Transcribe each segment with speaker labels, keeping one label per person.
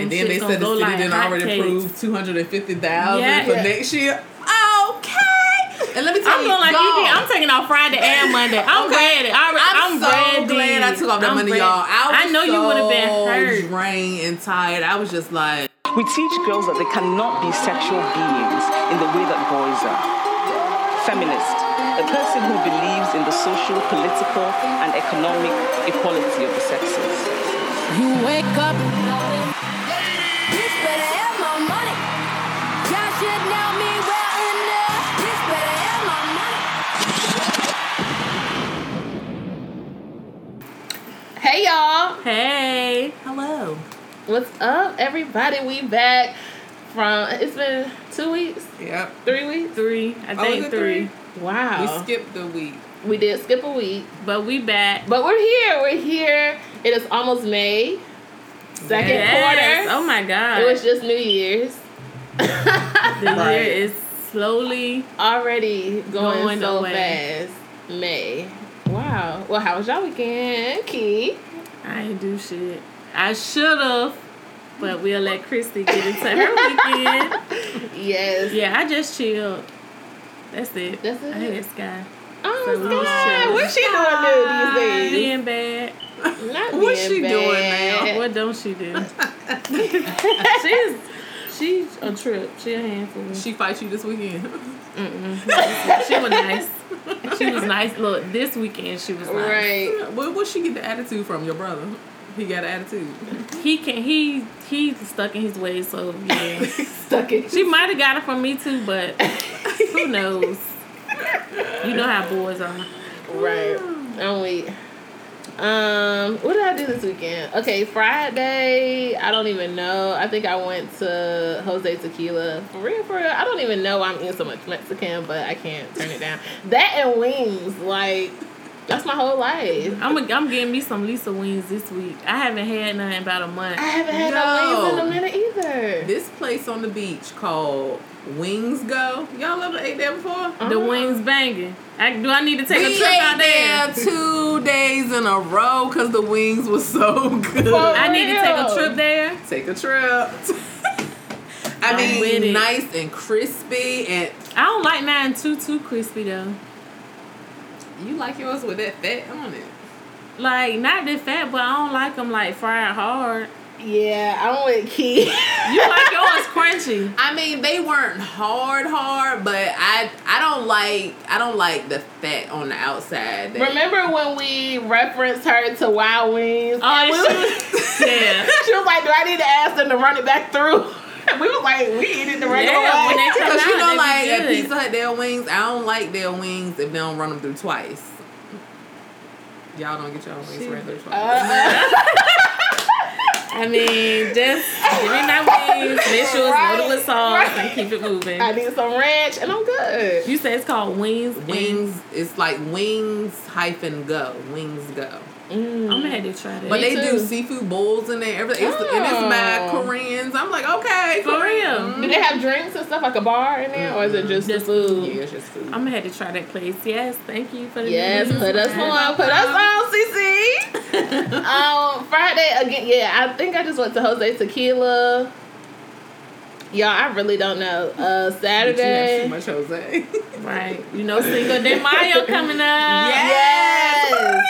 Speaker 1: and then they said the city didn't already approve two hundred and fifty thousand
Speaker 2: Yeah.
Speaker 1: for
Speaker 2: Yeah.
Speaker 1: next year. Okay, and let me tell
Speaker 2: I'm
Speaker 1: you,
Speaker 2: going like you
Speaker 1: y'all,
Speaker 2: did. I'm taking off Friday and Monday. I'm
Speaker 1: Okay.
Speaker 2: ready. I,
Speaker 1: I'm,
Speaker 2: I'm,
Speaker 1: so
Speaker 2: ready.
Speaker 1: glad I took off that
Speaker 2: I'm
Speaker 1: money,
Speaker 2: ready.
Speaker 1: y'all. I,
Speaker 2: I,
Speaker 1: was
Speaker 2: know you would have been
Speaker 1: so
Speaker 2: hurt.
Speaker 1: drained and tired. I was just like,
Speaker 3: We teach girls that they cannot be sexual beings in the way that boys are. Feminist, a person who believes in the social, political, and economic equality of the sexes.
Speaker 4: You wake up.
Speaker 5: This better have my money. Y'all should know me well enough. This better have my money.
Speaker 6: Hey y'all,
Speaker 2: Hey, hello.
Speaker 6: what's up, everybody? We back from it's been two weeks,
Speaker 1: yep.
Speaker 6: three weeks.
Speaker 2: Three. I
Speaker 1: Oh,
Speaker 2: think
Speaker 1: is it
Speaker 2: three.
Speaker 1: three?
Speaker 6: Wow,
Speaker 1: We
Speaker 6: we,
Speaker 1: skipped the week.
Speaker 6: did skip a week,
Speaker 2: But we back.
Speaker 6: but we're here. We're here. It is almost May, second
Speaker 2: Yes.
Speaker 6: quarter.
Speaker 2: Oh my god.
Speaker 6: It was just New Year's
Speaker 2: the
Speaker 3: Right.
Speaker 2: year is slowly.
Speaker 6: already going,
Speaker 2: Going
Speaker 6: so
Speaker 2: away.
Speaker 6: fast. May. Wow. Well, how was y'all weekend, Key?
Speaker 2: I ain't do shit. I should have, but we'll let Christy get into her weekend.
Speaker 6: Yes.
Speaker 2: Yeah, I just chilled. That's it.
Speaker 6: That's it?
Speaker 2: I hate this guy.
Speaker 6: Oh,
Speaker 2: So we
Speaker 6: God.
Speaker 2: should-
Speaker 6: What's she doing new these days?
Speaker 2: Being bad.
Speaker 6: Not
Speaker 1: What's
Speaker 6: being
Speaker 1: she doing
Speaker 6: bad.
Speaker 1: now?
Speaker 2: What don't she do? she's she's a trip. She a handful. She,
Speaker 1: She fight you this weekend.
Speaker 2: she was nice. She was nice. Look, this weekend she was nice.
Speaker 6: Right.
Speaker 1: Where would she get the attitude from? Your brother. He got an attitude.
Speaker 2: He can he he's stuck in his ways. So yeah,
Speaker 6: Stuck it.
Speaker 2: she might have got it from me too, but who knows? You know how boys are.
Speaker 6: Right. I'm weak. Um, what did I do this weekend? Okay, Friday, I don't even know. I think I went to Jose Tequila. For real, for real. I don't even know why I'm eating so much Mexican, but I can't turn it down. That and wings, like, that's my whole life.
Speaker 2: I'm a, I'm getting me some Lisa wings this week. I haven't had none in about a month.
Speaker 6: I haven't had
Speaker 1: No.
Speaker 6: no wings in a minute either.
Speaker 1: This place on the beach called Wings Go. Y'all ever ate there before?
Speaker 2: The wings banging. I, do I need to take a
Speaker 1: We
Speaker 2: trip out
Speaker 1: ate
Speaker 2: there?
Speaker 1: there two days in a row because the wings were so good.
Speaker 6: For
Speaker 2: I need to take a
Speaker 6: real.
Speaker 2: trip there.
Speaker 1: Take a trip. I
Speaker 2: I'm with it.
Speaker 1: mean, nice and crispy, and
Speaker 2: I don't like mine too too crispy though.
Speaker 1: you like yours with that fat on it.
Speaker 2: Like not that fat, but I don't like them like fried hard.
Speaker 6: Yeah, I'm with Key.
Speaker 2: You like yours crunchy.
Speaker 1: I mean, they weren't hard, hard, but I, I don't like, I don't like the fat on the outside. that-
Speaker 6: Remember when we referenced her to Wild Wings?
Speaker 2: Oh,
Speaker 6: And we
Speaker 2: she
Speaker 6: was-
Speaker 2: was, yeah.
Speaker 6: she was like, "Do I need to ask them to run it back through?" And we was like, "We eating the regular
Speaker 2: Yeah,
Speaker 6: way."
Speaker 2: when they come
Speaker 1: Cause you know,
Speaker 2: out,
Speaker 1: like
Speaker 2: they be
Speaker 1: at
Speaker 2: good.
Speaker 1: Pizza Hut, their wings. I don't like their wings if they don't run them through twice. Y'all don't get your wings ran through twice.
Speaker 2: I mean, just give me my wings, make sure it's
Speaker 6: Right,
Speaker 2: loaded with sauce, and
Speaker 6: right.
Speaker 2: keep it moving.
Speaker 6: I need some ranch, and I'm good.
Speaker 2: You say it's called wings. and-
Speaker 1: Wings, it's like wings hyphen go, wings go.
Speaker 2: I'm gonna try that.
Speaker 1: But they do
Speaker 6: too.
Speaker 1: seafood bowls in there, everything. It's, And
Speaker 6: Oh.
Speaker 1: it's mad Koreans. I'm like, okay,
Speaker 2: For
Speaker 1: Korean.
Speaker 2: real.
Speaker 6: Do they have drinks and stuff like a bar in there, or is it just the
Speaker 2: Just
Speaker 6: food?
Speaker 1: Yeah, it's just food.
Speaker 2: I'm gonna have to try that place. Yes, thank you for the
Speaker 6: Yes,
Speaker 2: news.
Speaker 6: put us on, put us on, CC. um, Friday again. Yeah, I think I just went to Jose Tequila. Y'all, I really don't know. Uh,
Speaker 1: But you have
Speaker 6: Saturday.
Speaker 1: too much Jose.
Speaker 2: Right. You know, single day Mayo coming up.
Speaker 6: Yes.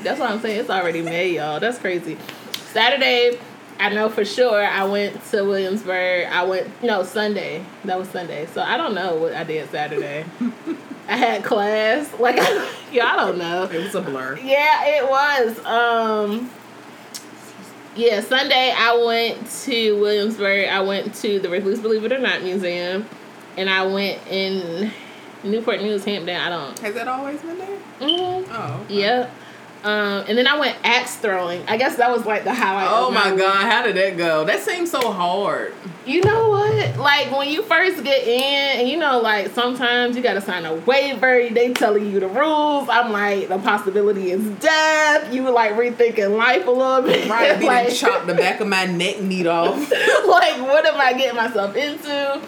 Speaker 6: That's what I'm saying. It's already May, y'all. That's crazy. Saturday, I know for sure I went to Williamsburg. I went no Sunday. That was Sunday. So I don't know what I did Saturday. I had class. Like y'all I don't know.
Speaker 1: it was a blur.
Speaker 6: Yeah, it was. Um Yeah, Sunday I went to Williamsburg. I went to the Recluse Believe It or Not Museum. And I went in Newport News, Hampton. I don't.
Speaker 1: Has that always been there?
Speaker 6: Mhm.
Speaker 1: Oh.
Speaker 6: Yep. Um, and then I went axe throwing. I guess that was like the highlight.
Speaker 1: Oh
Speaker 6: of
Speaker 1: my
Speaker 6: week.
Speaker 1: God, how did that go? That seems so hard.
Speaker 6: You know what? Like when you first get in, and you know, like sometimes you gotta sign a waiver. They telling you the rules. I'm like, the possibility is death. You like rethinking life a little bit.
Speaker 1: Right, like,
Speaker 6: like,
Speaker 1: didn't chop the back of my neck meat off.
Speaker 6: like what am I getting myself into?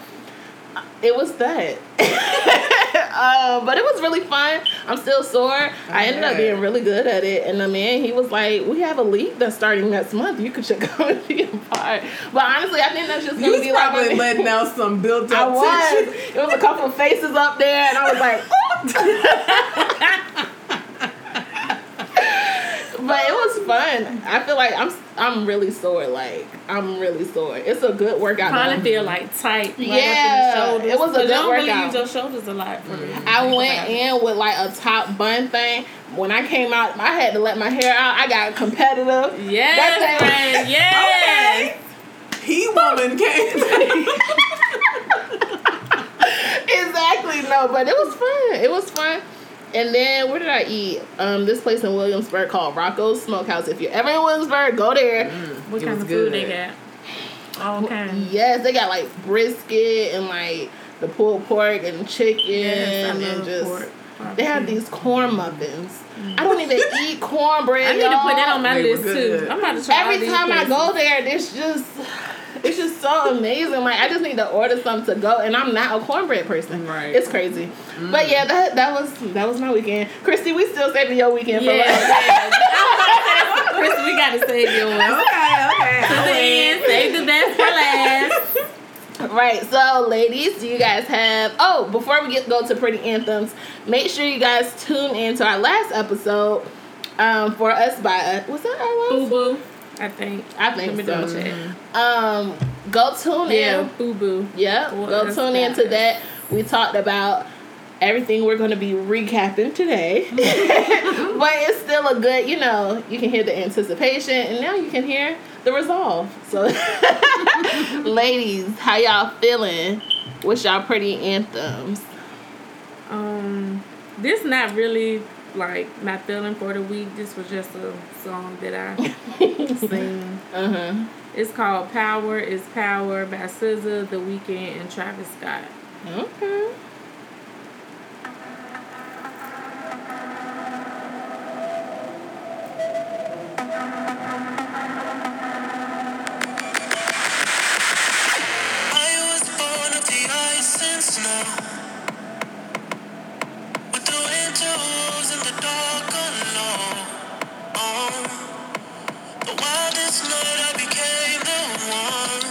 Speaker 6: it was that. um, but it was really fun. I'm still sore. I ended up
Speaker 1: bet.
Speaker 6: being really good at it. And the man, he was like, "We have a league that's starting next month. You could check out and be a part." But honestly, I think that's just
Speaker 1: You
Speaker 6: gonna
Speaker 1: was
Speaker 6: be like.
Speaker 1: probably
Speaker 6: my-
Speaker 1: letting out some built
Speaker 6: I
Speaker 1: up
Speaker 6: was.
Speaker 1: tension.
Speaker 6: It was a couple of faces up there, and I was like. But it was fun. I feel like I'm I'm really sore. Like I'm really sore. It's a good workout.
Speaker 2: Probably
Speaker 6: though.
Speaker 2: feel like tight. Right
Speaker 6: Yeah,
Speaker 2: up in the shoulders.
Speaker 6: it was a
Speaker 2: But
Speaker 6: good
Speaker 2: don't
Speaker 6: workout.
Speaker 2: really use your shoulders a lot for real.
Speaker 6: I
Speaker 2: Think
Speaker 6: went
Speaker 2: about it.
Speaker 6: in with like a top bun thing. When I came out, I had to let my hair out. I got competitive.
Speaker 2: Yes,
Speaker 6: That's it.
Speaker 2: friend. Yes.
Speaker 1: He woman came.
Speaker 6: Exactly. No, but it was fun. It was fun. And then where did I eat? Um, this place in Williamsburg called Rocco's Smokehouse. If you're ever in Williamsburg, go there.
Speaker 2: What
Speaker 1: It
Speaker 2: kind
Speaker 1: was
Speaker 2: of food they Oh,
Speaker 1: good.
Speaker 2: got? All kinds.
Speaker 6: Yes, they got like brisket and like the pulled pork and chicken
Speaker 2: Yes, I
Speaker 6: and
Speaker 2: love
Speaker 6: just.
Speaker 2: pork.
Speaker 6: They have these corn muffins. I don't even eat cornbread.
Speaker 2: I need to put that
Speaker 6: y'all.
Speaker 2: on my
Speaker 1: They were
Speaker 2: list too.
Speaker 1: good.
Speaker 2: I'm about to try all
Speaker 6: every
Speaker 2: these
Speaker 6: time I
Speaker 2: places.
Speaker 6: go there, it's just it's just so amazing. Like I just need to order some to go, and I'm not a cornbread person.
Speaker 1: Right.
Speaker 6: It's crazy. But
Speaker 2: Mm.
Speaker 6: yeah, that that was that was my weekend. Christy, we still saving your weekend
Speaker 2: Yeah,
Speaker 6: for last.
Speaker 2: yeah. Chris, we gotta save your one.
Speaker 1: okay, okay.
Speaker 2: Till the end, save the best for last.
Speaker 6: Right. So, ladies, do you guys have? Oh, before we get go to pretty anthems, make sure you guys tune in to our last episode. Um, for us by was that our
Speaker 2: Boo
Speaker 6: last?
Speaker 2: boo. I think.
Speaker 6: I
Speaker 2: Let me
Speaker 6: think
Speaker 2: double
Speaker 6: so.
Speaker 2: check.
Speaker 6: Um, go tune
Speaker 2: Yeah,
Speaker 6: in.
Speaker 2: boo boo.
Speaker 6: Yep.
Speaker 2: What
Speaker 6: Go
Speaker 2: is
Speaker 6: tune in to
Speaker 2: that?
Speaker 6: that. We talked about everything we're going to be recapping today. but it's still a good, you know, you can hear the anticipation and now you can hear the resolve. So, ladies, how y'all feeling? What's y'all pretty anthems?
Speaker 2: Um, this not really like my feeling for the week. This was just a song that I sing.
Speaker 6: Uh huh.
Speaker 2: It's called "Power Is Power" by SZA, The Weeknd, and Travis Scott.
Speaker 6: Okay.
Speaker 7: I was born of the ice and snow. With the winter wolves and the dark alone. Oh. But while this night I became the one.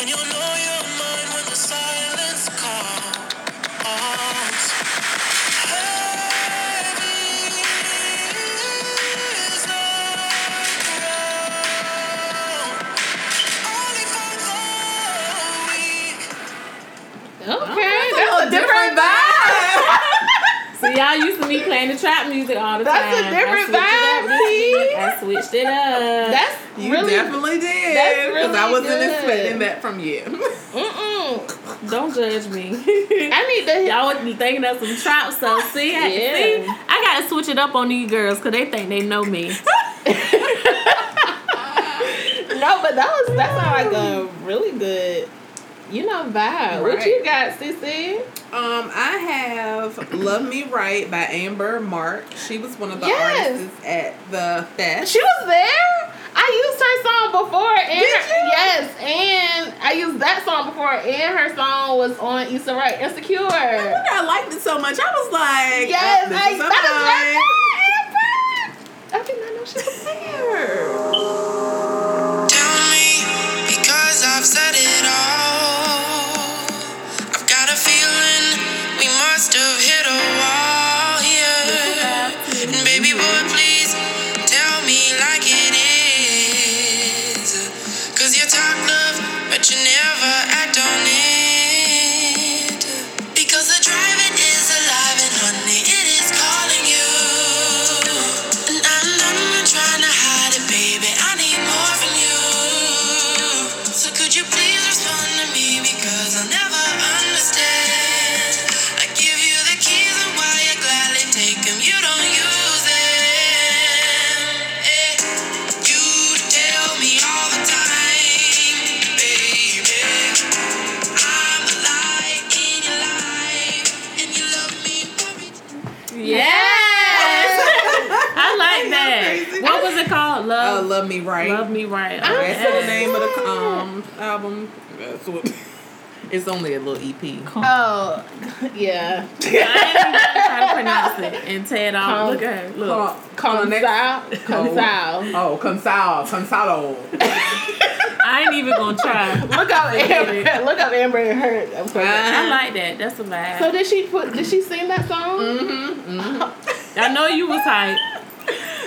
Speaker 7: And you'll know you're mine when the silence calls. Heavy is the ground. Only for glory.
Speaker 6: Okay. That's
Speaker 1: Different
Speaker 6: a different vibe.
Speaker 1: vibe.
Speaker 2: So y'all used to be playing the trap music all the
Speaker 6: That's a
Speaker 2: time.
Speaker 6: different vibe,
Speaker 2: I switched it up. This week.
Speaker 6: That's
Speaker 1: You
Speaker 6: really.
Speaker 1: definitely did.
Speaker 6: that's really
Speaker 1: I wasn't
Speaker 6: good.
Speaker 1: expecting that from you.
Speaker 6: mm-mm.
Speaker 2: I switched it up. Don't judge me.
Speaker 6: I need to hear.
Speaker 2: Y'all would be thinking of some trap, so see, I,
Speaker 6: Yeah.
Speaker 2: see, I gotta switch it up on these girls because they think they know me.
Speaker 6: No, but that was that sounded like a really good, you know, vibe. What
Speaker 1: Right.
Speaker 6: you got, Cece?
Speaker 1: Um, I have "Love Me Right" by Amber Mark. She was one of the
Speaker 6: Yes.
Speaker 1: artists at the fest.
Speaker 6: She was there. I used her song before, and
Speaker 1: Did
Speaker 6: her-
Speaker 1: you?
Speaker 6: yes, and I used that song before, and her song was on Issa Rae, Insecure.
Speaker 1: I liked it so much. I was like, "Oh,
Speaker 6: Yes,
Speaker 1: this
Speaker 6: I,
Speaker 1: is
Speaker 6: that is right. I did not know she was there.
Speaker 7: Tell me, because I've said it all. I've got a feeling we must have hit a wall here. And baby boy, please tell me like it is. Cause you talk love, but you never act on it. Because the driving is alive and honey, it is calling you. And I'm not trying to hide it, baby. I need more from you. So could you please respond to me? Because I'll never understand. I give you the keys and why you gladly take them. You don't use them. Eh, You tell me all the time, baby. I'm the light in your life, and you love me for it.
Speaker 2: Yes, I like that.
Speaker 1: Crazy.
Speaker 2: What was it called?
Speaker 1: Uh,
Speaker 6: Oh,
Speaker 2: Love,
Speaker 1: "Love Me Right."
Speaker 2: love me right.
Speaker 1: That's the
Speaker 2: Yes.
Speaker 1: name of the um album. That's what. It's only a little E EP.
Speaker 6: Oh, yeah.
Speaker 2: Try to pronounce it and tear it off.
Speaker 6: Con-
Speaker 2: Look at her. Look.
Speaker 1: Con-
Speaker 6: Come
Speaker 1: Connex-
Speaker 6: south. Come south.
Speaker 1: Oh, Consal, Consalo.
Speaker 2: I ain't even gonna try.
Speaker 6: Look up Amber. Look up Amber and her. I'm
Speaker 1: Uh-huh.
Speaker 6: sorry.
Speaker 2: I like that. That's a vibe.
Speaker 6: So did she put? Did she sing that song?
Speaker 1: Mm-hmm.
Speaker 2: I know you was hype.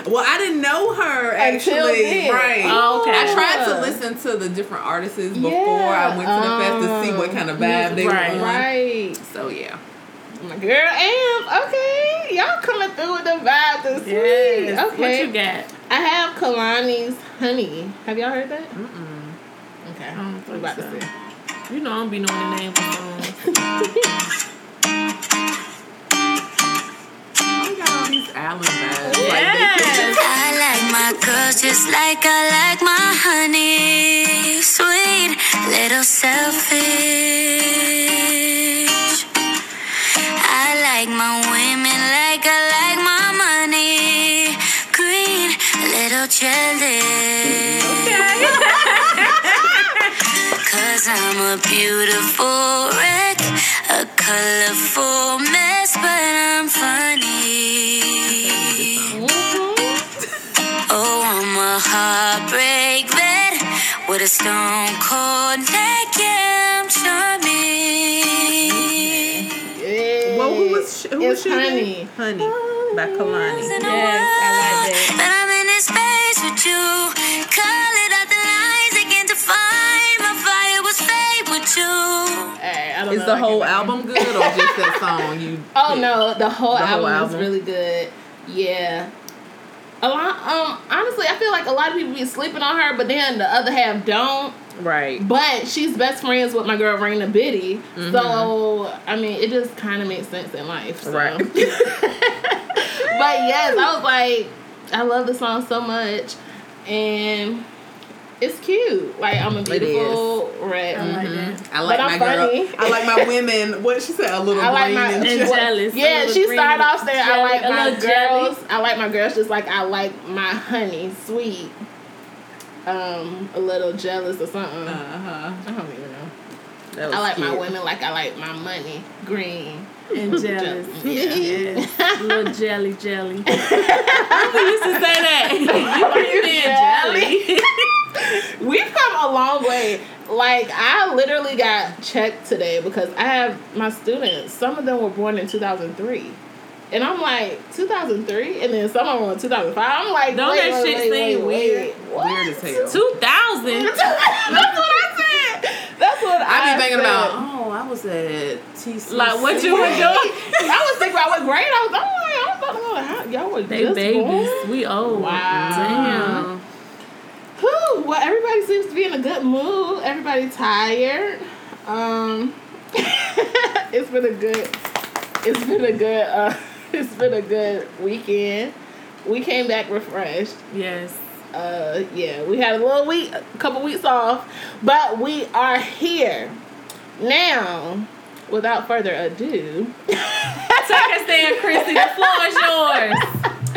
Speaker 1: Well, I didn't know her actually.
Speaker 6: Until then.
Speaker 1: Right.
Speaker 2: Oh, okay.
Speaker 1: I tried to
Speaker 6: Yeah.
Speaker 1: listen to the different artists before
Speaker 6: Yeah, Um,
Speaker 1: I went to the fest to see what kind of vibe they
Speaker 2: right,
Speaker 1: were on.
Speaker 6: Right.
Speaker 1: So yeah.
Speaker 6: My girl Am. Okay, y'all coming through with the vibes and sweet.
Speaker 2: Yes.
Speaker 6: Okay.
Speaker 2: What you got?
Speaker 6: I have Kalani's Honey. Have y'all heard that? Mm-mm. Okay.
Speaker 2: I don't
Speaker 6: I'm
Speaker 2: think
Speaker 6: about
Speaker 2: so.
Speaker 6: to see.
Speaker 2: You know I don't be knowing the names of songs.
Speaker 1: I got all these island vibes.
Speaker 2: Yes.
Speaker 7: I like my girls just like I like my honey. Sweet, little selfish. I like my women like I like my money. Green, little jealous. Cause I'm a beautiful wreck, a colorful mess, but I'm funny. Oh, I'm a heartbreak vet with a stone cold neck. Yeah, I'm charming.
Speaker 6: Yeah.
Speaker 1: Well, who was sh- who was
Speaker 6: it's
Speaker 1: she again?
Speaker 6: Honey?
Speaker 1: Honey by Kalani.
Speaker 7: Yes,
Speaker 2: I like
Speaker 7: But I'm in this space with you. Colored out the lines again to find my fire was fade with you.
Speaker 6: Alright, I don't
Speaker 1: Is
Speaker 6: know.
Speaker 1: the
Speaker 6: I can't
Speaker 1: whole
Speaker 6: remember.
Speaker 1: album good or just that song you
Speaker 6: Oh
Speaker 1: picked?
Speaker 6: no, the whole
Speaker 1: The whole
Speaker 6: album,
Speaker 1: album?
Speaker 6: is really good. Yeah. A lot um honestly I feel like a lot of people be sleeping on her, but then the other half don't.
Speaker 1: Right.
Speaker 6: But she's best friends with my girl Raina Biddy.
Speaker 1: Mm-hmm.
Speaker 6: So I mean it just kinda makes sense in life. So.
Speaker 1: Right.
Speaker 6: but yes, I was like, I love this song so much. And it's cute. Like I'm a
Speaker 1: is.
Speaker 6: beautiful red.
Speaker 1: I like
Speaker 6: But I'm
Speaker 1: my girl.
Speaker 6: funny.
Speaker 1: I like my women. What she said, a little
Speaker 6: I like
Speaker 1: green
Speaker 6: my
Speaker 1: and
Speaker 2: and
Speaker 1: shit.
Speaker 2: jealous. A
Speaker 6: Yeah,
Speaker 2: little
Speaker 6: she
Speaker 2: green,
Speaker 6: started off saying, I
Speaker 2: jelly-
Speaker 6: like
Speaker 2: a
Speaker 6: my
Speaker 2: little jelly.
Speaker 6: girls. I like my girls just like I like my honey, sweet. Um, a little jealous or something.
Speaker 1: Uh-huh.
Speaker 6: I don't even know.
Speaker 1: That was
Speaker 6: I like my
Speaker 1: cute.
Speaker 6: women like I like my money. Green.
Speaker 2: and jealous.
Speaker 6: Yeah.
Speaker 2: Yes. little jelly jelly. Remember you used to say that. You being jelly.
Speaker 6: We've come a long way. Like I literally got checked today because I have my students. Some of them were born in 2003. And I'm like 2003, and then some of them were 2005. I'm like,
Speaker 2: Don't
Speaker 6: wait,
Speaker 2: that
Speaker 6: wait,
Speaker 2: shit
Speaker 6: wait,
Speaker 2: seem
Speaker 6: wait,
Speaker 2: weird?
Speaker 6: wait.
Speaker 1: Weird as hell.
Speaker 2: Two thousand.
Speaker 6: That's what I said. That's what I,
Speaker 1: I be thinking
Speaker 6: said.
Speaker 1: about. Oh, I was at TC.
Speaker 2: Like what you were doing?
Speaker 6: I was thinking about what grade I was. I'm like, I'm about to go to high. Y'all were
Speaker 2: They
Speaker 6: just
Speaker 2: babies.
Speaker 6: born?
Speaker 2: We old.
Speaker 6: Wow. Whew, well, everybody seems to be in a good mood. Everybody tired. Um, it's been a good. It's been a good. Uh, it's been a good weekend. We came back refreshed.
Speaker 2: Damn. Yes.
Speaker 6: uh yeah we had a little week a couple weeks off but we are here now without further ado
Speaker 2: Take us there, Chrissy. The floor is yours.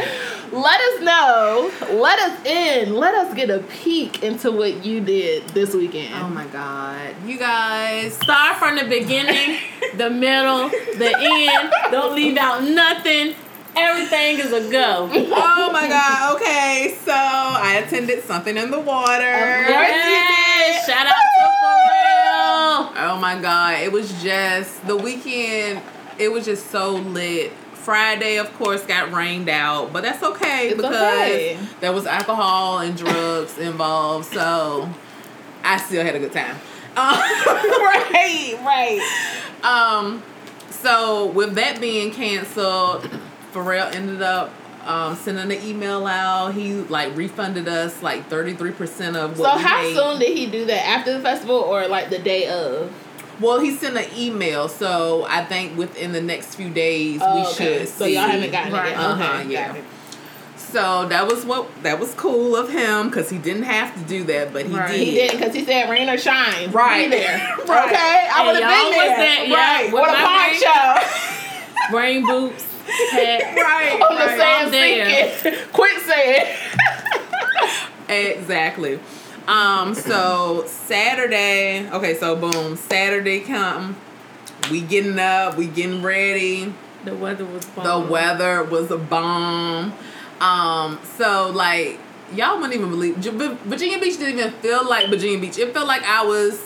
Speaker 6: let us know let us in let us get a peek into what you did this weekend
Speaker 1: Oh my god, you guys.
Speaker 2: Start from the beginning, the middle, the end. Don't leave out nothing. Everything is a go.
Speaker 1: Oh my god. Okay, so I attended something in the
Speaker 6: Um,
Speaker 1: water.
Speaker 2: Yes. Shout out to Pharrell.
Speaker 1: Oh my god, it was just the weekend. It was just so lit. Friday, of course, got rained out, but that's okay
Speaker 6: It's
Speaker 1: because
Speaker 6: okay.
Speaker 1: there was alcohol and drugs involved. So I still had a good time. Um,
Speaker 6: right right
Speaker 1: Um, so with that being canceled, Pharrell ended up um, sending an email out. He like refunded us like thirty three percent of
Speaker 6: so
Speaker 1: what we
Speaker 6: how
Speaker 1: paid.
Speaker 6: soon did he do that after the festival or like the day of
Speaker 1: Well, he sent an email, so I think within the next few days we
Speaker 6: Oh, okay.
Speaker 1: should.
Speaker 6: so
Speaker 1: see.
Speaker 6: y'all haven't gotten
Speaker 2: Right.
Speaker 6: it yet.
Speaker 1: Uh-huh,
Speaker 6: okay
Speaker 1: yeah.
Speaker 6: got it.
Speaker 1: So that was what that was cool of him because he didn't have to do that, but he
Speaker 2: Right.
Speaker 1: did.
Speaker 6: he didn't because he said rain or shine
Speaker 1: Right.
Speaker 6: be there
Speaker 1: Right.
Speaker 6: okay i
Speaker 2: Hey,
Speaker 6: would have
Speaker 2: y'all
Speaker 6: been
Speaker 2: was
Speaker 6: there
Speaker 2: there, yeah,
Speaker 6: right
Speaker 2: with
Speaker 6: what a
Speaker 2: my
Speaker 6: pop
Speaker 2: ring. Rain
Speaker 6: show
Speaker 2: boots. Hat.
Speaker 1: Right.
Speaker 6: on the
Speaker 1: right.
Speaker 2: I'm
Speaker 6: sand sinking. Quit saying.
Speaker 1: Exactly. Um, so Saturday, okay, so boom, Saturday come. We getting up, we getting ready.
Speaker 2: The weather was
Speaker 1: The
Speaker 2: bomb.
Speaker 1: weather was a bomb. Um, so like y'all wouldn't even believe Ju- Vi- Virginia Beach didn't even feel like Virginia Beach. It felt like I was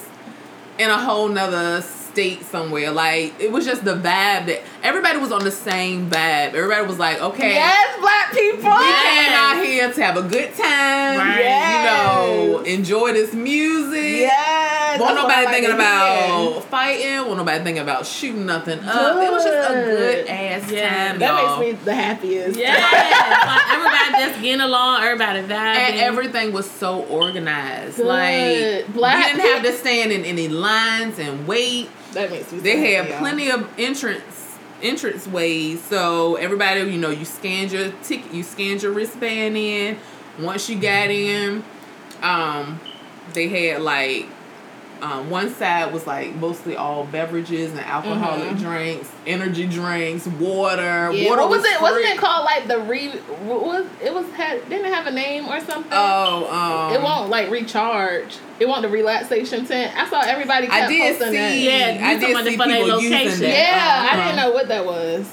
Speaker 1: in a whole nother state somewhere. Like it was just the vibe that everybody was on the same vibe. Everybody was like, okay,
Speaker 6: Yes, black people.
Speaker 1: we came out here to have a good time.
Speaker 2: Right.
Speaker 1: You know, enjoy this music.
Speaker 6: Yes.
Speaker 1: Won't
Speaker 6: that's what I
Speaker 1: nobody
Speaker 6: like
Speaker 1: thinking
Speaker 6: to hear.
Speaker 1: about fighting. Won't nobody thinking about shooting nothing up. It was just a good
Speaker 6: Good.
Speaker 1: ass
Speaker 2: Yeah.
Speaker 1: time,
Speaker 6: That
Speaker 1: y'all.
Speaker 6: makes me the happiest.
Speaker 2: Yes. like everybody just getting along, everybody vibing.
Speaker 1: and everything was so organized.
Speaker 6: Good.
Speaker 1: Like
Speaker 6: Black
Speaker 1: we didn't have to stand in any lines and wait.
Speaker 6: That makes me. so
Speaker 1: They had
Speaker 6: happy, y'all.
Speaker 1: plenty of entrance entrance ways. So everybody, you know, you scanned your ticket, you scanned your wristband in. Once you got in, um, they had like um, one side was like mostly all beverages and alcoholic drinks, energy drinks, water.
Speaker 6: Mm-hmm. Yeah.
Speaker 1: Water
Speaker 6: What was it? Wasn't
Speaker 1: free.
Speaker 6: it called like the re? what Was it was had didn't it have a name or something?
Speaker 1: Oh, um,
Speaker 6: it won't like recharge. It won't the relaxation tent. I saw everybody. Kept
Speaker 1: I did
Speaker 6: posting that.
Speaker 1: see.
Speaker 2: Yeah,
Speaker 1: I
Speaker 2: use
Speaker 1: did
Speaker 2: them
Speaker 1: see
Speaker 2: for their
Speaker 1: people using
Speaker 2: location.
Speaker 1: that.
Speaker 6: Yeah, I
Speaker 1: Uh-huh.
Speaker 6: didn't know what that was.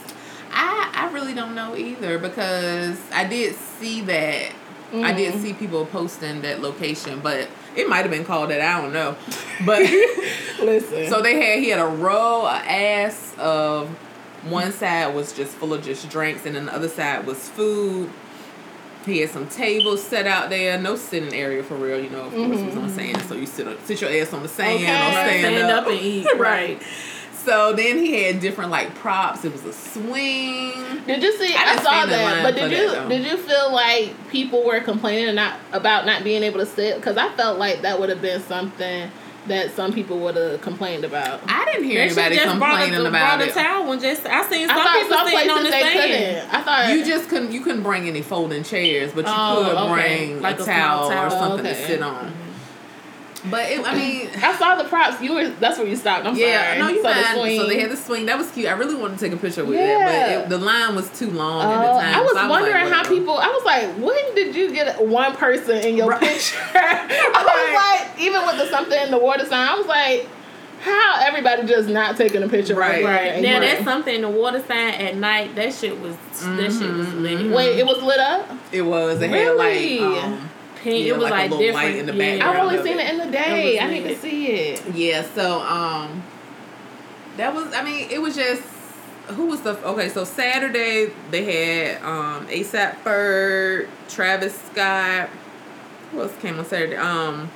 Speaker 1: I I really don't know either because I did see that. I did see people posting that location, but it might have been called that. I don't know. But
Speaker 6: Listen.
Speaker 1: so they had he had a row, a ass of one side was just full of just drinks, and then the other side was food. He had some tables set out there, no sitting area for real. You know, of course, it was on sand, so you sit up, sit your ass on the sand
Speaker 6: Okay.
Speaker 1: or
Speaker 2: Right,
Speaker 1: stand,
Speaker 2: stand
Speaker 1: up.
Speaker 2: up and eat.
Speaker 1: right. So then he had different like props. It was a swing.
Speaker 6: Did you see?
Speaker 1: I
Speaker 6: I,
Speaker 1: didn't
Speaker 6: saw
Speaker 1: stand in
Speaker 6: that,
Speaker 1: line
Speaker 6: but
Speaker 1: for
Speaker 6: did
Speaker 1: that,
Speaker 6: you
Speaker 1: though.
Speaker 6: did you feel like people were complaining not about not being able to sit? Because I felt like that would have been something that some people would have complained about.
Speaker 1: I didn't hear
Speaker 2: They should
Speaker 1: anybody
Speaker 2: just brought
Speaker 1: complaining
Speaker 2: a,
Speaker 1: about
Speaker 2: brought
Speaker 1: it.
Speaker 2: a towel and just I seen some
Speaker 6: I thought
Speaker 2: people
Speaker 6: some
Speaker 2: sitting on
Speaker 6: places
Speaker 2: the
Speaker 6: they
Speaker 2: sand.
Speaker 6: couldn't. I thought
Speaker 1: You just couldn't you couldn't bring any folding chairs, but you
Speaker 2: Oh,
Speaker 1: could
Speaker 2: okay.
Speaker 1: bring
Speaker 2: Like
Speaker 1: a,
Speaker 2: a small
Speaker 1: towel, or
Speaker 2: towel.
Speaker 1: something
Speaker 6: Okay.
Speaker 1: to sit on. But it, I mean,
Speaker 6: I saw the props. You were that's where you stopped. I'm
Speaker 1: yeah,
Speaker 6: sorry.
Speaker 1: no, you
Speaker 6: so the
Speaker 1: fine.
Speaker 6: swing.
Speaker 1: So they had the swing. That was cute. I really wanted to take a picture with
Speaker 6: Yeah.
Speaker 1: it, but it, the line was too long
Speaker 6: Oh,
Speaker 1: at the time.
Speaker 6: I was
Speaker 1: so like,
Speaker 6: wondering how
Speaker 1: whatever.
Speaker 6: people. I was like, when did you get one person in your
Speaker 1: Right.
Speaker 6: picture? I was like, even with the something in the water sign, I was like, how everybody just not taking a picture
Speaker 1: Right.
Speaker 6: right
Speaker 2: Now that's something in the water sign at night. That shit was that shit was
Speaker 1: Mm-hmm.
Speaker 2: lit.
Speaker 6: Wait, it was lit up.
Speaker 1: It was. It
Speaker 6: Really?
Speaker 1: had like. Um,
Speaker 2: pink.
Speaker 1: Yeah,
Speaker 2: it was
Speaker 1: like a
Speaker 2: like,
Speaker 1: little light
Speaker 2: different.
Speaker 1: in the
Speaker 2: yeah.
Speaker 1: background.
Speaker 6: I've only
Speaker 1: of
Speaker 6: seen
Speaker 1: it.
Speaker 6: it in the day.
Speaker 2: That
Speaker 6: I
Speaker 2: was
Speaker 6: need to
Speaker 2: lit.
Speaker 6: see it.
Speaker 1: Yeah, so um that was I mean, it was just who was the okay, so Saturday they had um ASAP Ferg, Travis Scott. Who else came on Saturday? Um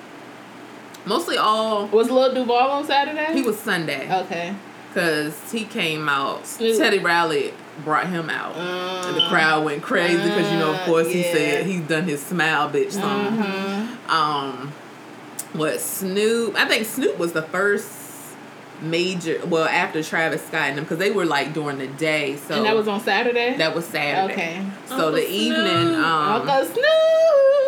Speaker 1: mostly all
Speaker 6: Was Lil Duval on Saturday?
Speaker 1: he was
Speaker 6: Oh,
Speaker 1: Sunday
Speaker 6: okay.
Speaker 1: because he came out.
Speaker 6: Snoop.
Speaker 1: Teddy Riley brought him out. and the crowd went crazy because, you know, of
Speaker 6: Uh,
Speaker 1: course, he
Speaker 6: Mm. yeah. Mm-hmm.
Speaker 1: said he's done his smile bitch song. Um, what Snoop? I think Snoop was the first major. Well, after Travis Scott and them, because they were like during the day. So
Speaker 6: and that was on Saturday.
Speaker 1: that was Saturday.
Speaker 6: Okay.
Speaker 1: So
Speaker 2: Uncle
Speaker 1: the evening.
Speaker 2: Snoop.
Speaker 1: Um,
Speaker 6: Uncle Snoop.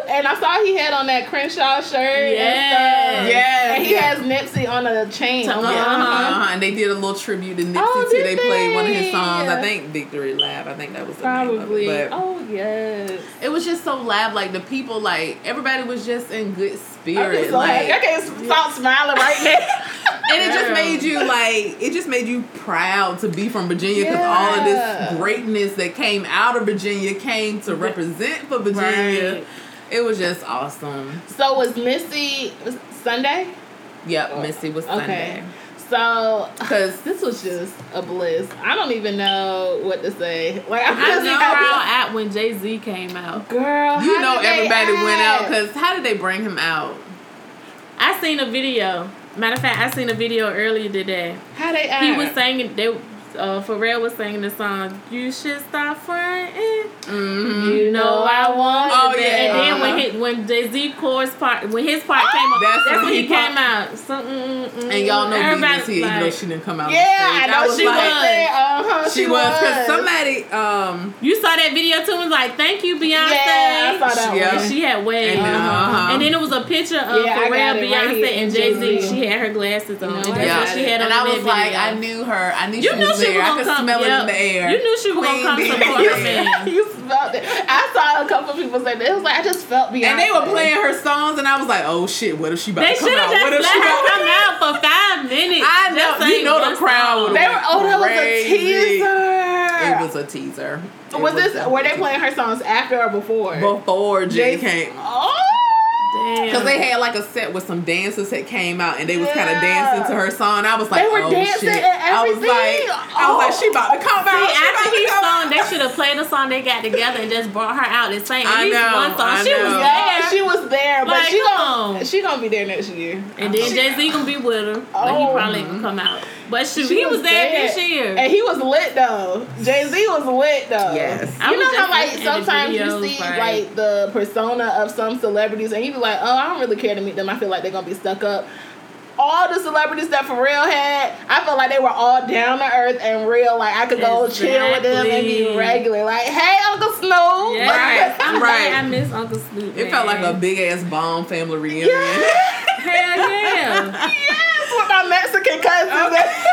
Speaker 6: And I saw he had on that Crenshaw shirt.
Speaker 2: Yes.
Speaker 6: And, stuff.
Speaker 1: Yes,
Speaker 6: and he
Speaker 1: yes.
Speaker 6: has Nipsey on a chain.
Speaker 2: Uh-huh.
Speaker 1: Yeah,
Speaker 2: Uh-huh.
Speaker 1: uh-huh, and they did a little tribute to Nipsey
Speaker 6: Oh,
Speaker 1: too. They
Speaker 6: did
Speaker 1: played one of his
Speaker 6: they?
Speaker 1: songs. I think Victory Lab. I think that was the
Speaker 6: Probably.
Speaker 1: Name of it. But
Speaker 6: Oh yes.
Speaker 1: it was just so loud. Like the people, like everybody was just in good
Speaker 6: I'm
Speaker 1: spirit.
Speaker 6: just so
Speaker 1: like
Speaker 6: happy. I can't stop smiling right now.
Speaker 1: and it just made you like it just made you proud to be from Virginia because all of
Speaker 6: Yeah.
Speaker 1: this greatness that came out of Virginia came to represent for Virginia.
Speaker 2: Right.
Speaker 1: It was just awesome.
Speaker 6: so was Missy was Sunday?
Speaker 1: Yep, Missy was
Speaker 6: Okay.
Speaker 1: Sunday
Speaker 6: So
Speaker 1: because
Speaker 6: this was just a bliss. I don't even know what to say. Like I'm
Speaker 2: I
Speaker 6: just
Speaker 2: was
Speaker 6: happy.
Speaker 2: out at when Jay Z came out.
Speaker 6: Girl,
Speaker 1: you
Speaker 6: how
Speaker 1: know
Speaker 6: did they
Speaker 1: everybody went out
Speaker 6: act?
Speaker 1: because how did they bring him out?
Speaker 2: I seen a video. Matter of fact, I seen a video earlier today.
Speaker 6: how they act.
Speaker 2: He was singing. They uh, Pharrell was singing the song. You should stop fronting.
Speaker 1: Mm-hmm.
Speaker 6: you
Speaker 2: No, I want.
Speaker 1: Oh,
Speaker 2: it.
Speaker 1: yeah.
Speaker 2: And then
Speaker 1: Uh-huh.
Speaker 2: when his, when Jay Z chorus part when his part
Speaker 6: Oh!
Speaker 2: came up,
Speaker 1: That's
Speaker 2: that's,
Speaker 1: when
Speaker 2: when
Speaker 1: he
Speaker 2: he,
Speaker 1: pop-
Speaker 2: came out. So, mm, mm, mm.
Speaker 1: And y'all know
Speaker 2: Everybody
Speaker 1: BBC, even though
Speaker 2: like-
Speaker 1: she didn't come out. on
Speaker 6: Yeah, I
Speaker 1: stage,
Speaker 6: know
Speaker 1: was
Speaker 6: she
Speaker 1: like-
Speaker 6: was there. Uh huh.
Speaker 1: She was because somebody um
Speaker 2: You saw that video too and was like, "Thank you, Beyonce."
Speaker 6: Yeah, I saw that
Speaker 1: Yeah.
Speaker 2: And
Speaker 6: one.
Speaker 2: she had waves.
Speaker 1: and,
Speaker 2: And,
Speaker 1: uh-huh.
Speaker 2: then it was a picture of
Speaker 6: Yeah, I got
Speaker 2: Pharrell,
Speaker 6: it right
Speaker 2: Beyonce,
Speaker 6: here.
Speaker 2: and Jay Z.
Speaker 6: Jay-Z.
Speaker 2: She had her glasses on.
Speaker 6: I
Speaker 2: That's
Speaker 6: got
Speaker 2: what she
Speaker 6: it.
Speaker 2: had on
Speaker 1: and I
Speaker 2: in that
Speaker 1: was like,
Speaker 2: video.
Speaker 1: I knew her. I knew
Speaker 2: You
Speaker 1: she
Speaker 2: knew
Speaker 1: was
Speaker 2: she
Speaker 1: there.
Speaker 2: was
Speaker 1: I
Speaker 2: gonna
Speaker 1: could
Speaker 2: come.
Speaker 1: smell it in
Speaker 2: yep.
Speaker 1: the air.
Speaker 2: You knew she was
Speaker 1: Queen
Speaker 2: gonna come
Speaker 1: Bee.
Speaker 2: support her man.
Speaker 6: you smelled it. I saw a couple people say that. It was like I just felt Beyonce.
Speaker 1: And they were playing her songs, and I was like, "Oh shit! What if she about
Speaker 2: They
Speaker 1: to come
Speaker 2: should
Speaker 1: out?
Speaker 2: have
Speaker 1: What
Speaker 2: just
Speaker 1: if she
Speaker 2: let her
Speaker 1: about
Speaker 2: come out for five minutes.
Speaker 1: I know-
Speaker 2: Just
Speaker 1: you
Speaker 2: sing
Speaker 1: know the
Speaker 2: one
Speaker 1: crowd
Speaker 2: song.
Speaker 1: would've
Speaker 6: They were. Oh, that was a
Speaker 1: Crazy.
Speaker 6: teaser.
Speaker 1: It was a teaser. It
Speaker 6: was this?
Speaker 1: definitely
Speaker 6: Were they
Speaker 1: a
Speaker 6: playing her songs after or before?
Speaker 1: teaser. before Jay came?
Speaker 6: Oh.
Speaker 1: Because
Speaker 2: Damn.
Speaker 1: they had like a set with some dancers that came out and they was kind
Speaker 6: Yeah.
Speaker 1: of dancing to her song. I was like,
Speaker 6: They were
Speaker 1: oh,
Speaker 6: dancing
Speaker 1: shit.
Speaker 6: and
Speaker 1: I was like,
Speaker 6: everything.
Speaker 1: I was like,
Speaker 6: Oh.
Speaker 1: she about to come out.
Speaker 2: See,
Speaker 1: she about
Speaker 2: after
Speaker 1: to
Speaker 2: he
Speaker 1: come
Speaker 2: song,
Speaker 1: out.
Speaker 2: they should have played the song they got together and just brought her out and sang at
Speaker 1: I
Speaker 2: least
Speaker 1: know,
Speaker 2: one song.
Speaker 1: I
Speaker 2: she was
Speaker 1: know.
Speaker 6: Yeah,
Speaker 2: there.
Speaker 6: she was there, but
Speaker 2: Like,
Speaker 6: she
Speaker 2: come
Speaker 6: gonna
Speaker 2: on.
Speaker 6: she gonna be there next year.
Speaker 2: and then Jay Z gonna be with her, but
Speaker 6: Oh.
Speaker 2: he probably ain't gonna come out. But shoot, he was, there this year.
Speaker 6: and he was lit though. Jay Z was lit though.
Speaker 1: Yes.
Speaker 2: I
Speaker 6: you
Speaker 2: was
Speaker 6: know how
Speaker 2: just
Speaker 6: like
Speaker 2: looking at the
Speaker 6: sometimes you
Speaker 2: videos,
Speaker 6: see
Speaker 2: like-
Speaker 6: like the persona of some celebrities, and you be like, oh, I don't really care to meet them. I feel like they're gonna be stuck up. All the celebrities that Pharrell had, I felt like they were all down to earth and real. Like I could go chill with them and be
Speaker 2: Exactly.
Speaker 6: regular. Like, hey, Uncle Snoop.
Speaker 2: Yeah,
Speaker 1: Right,
Speaker 2: I'm
Speaker 1: right.
Speaker 2: glad I miss Uncle Snoop.
Speaker 1: It felt like
Speaker 2: man.
Speaker 1: a big ass bomb family reunion.
Speaker 2: hell yeah.
Speaker 6: yes, with my Mexican cousins,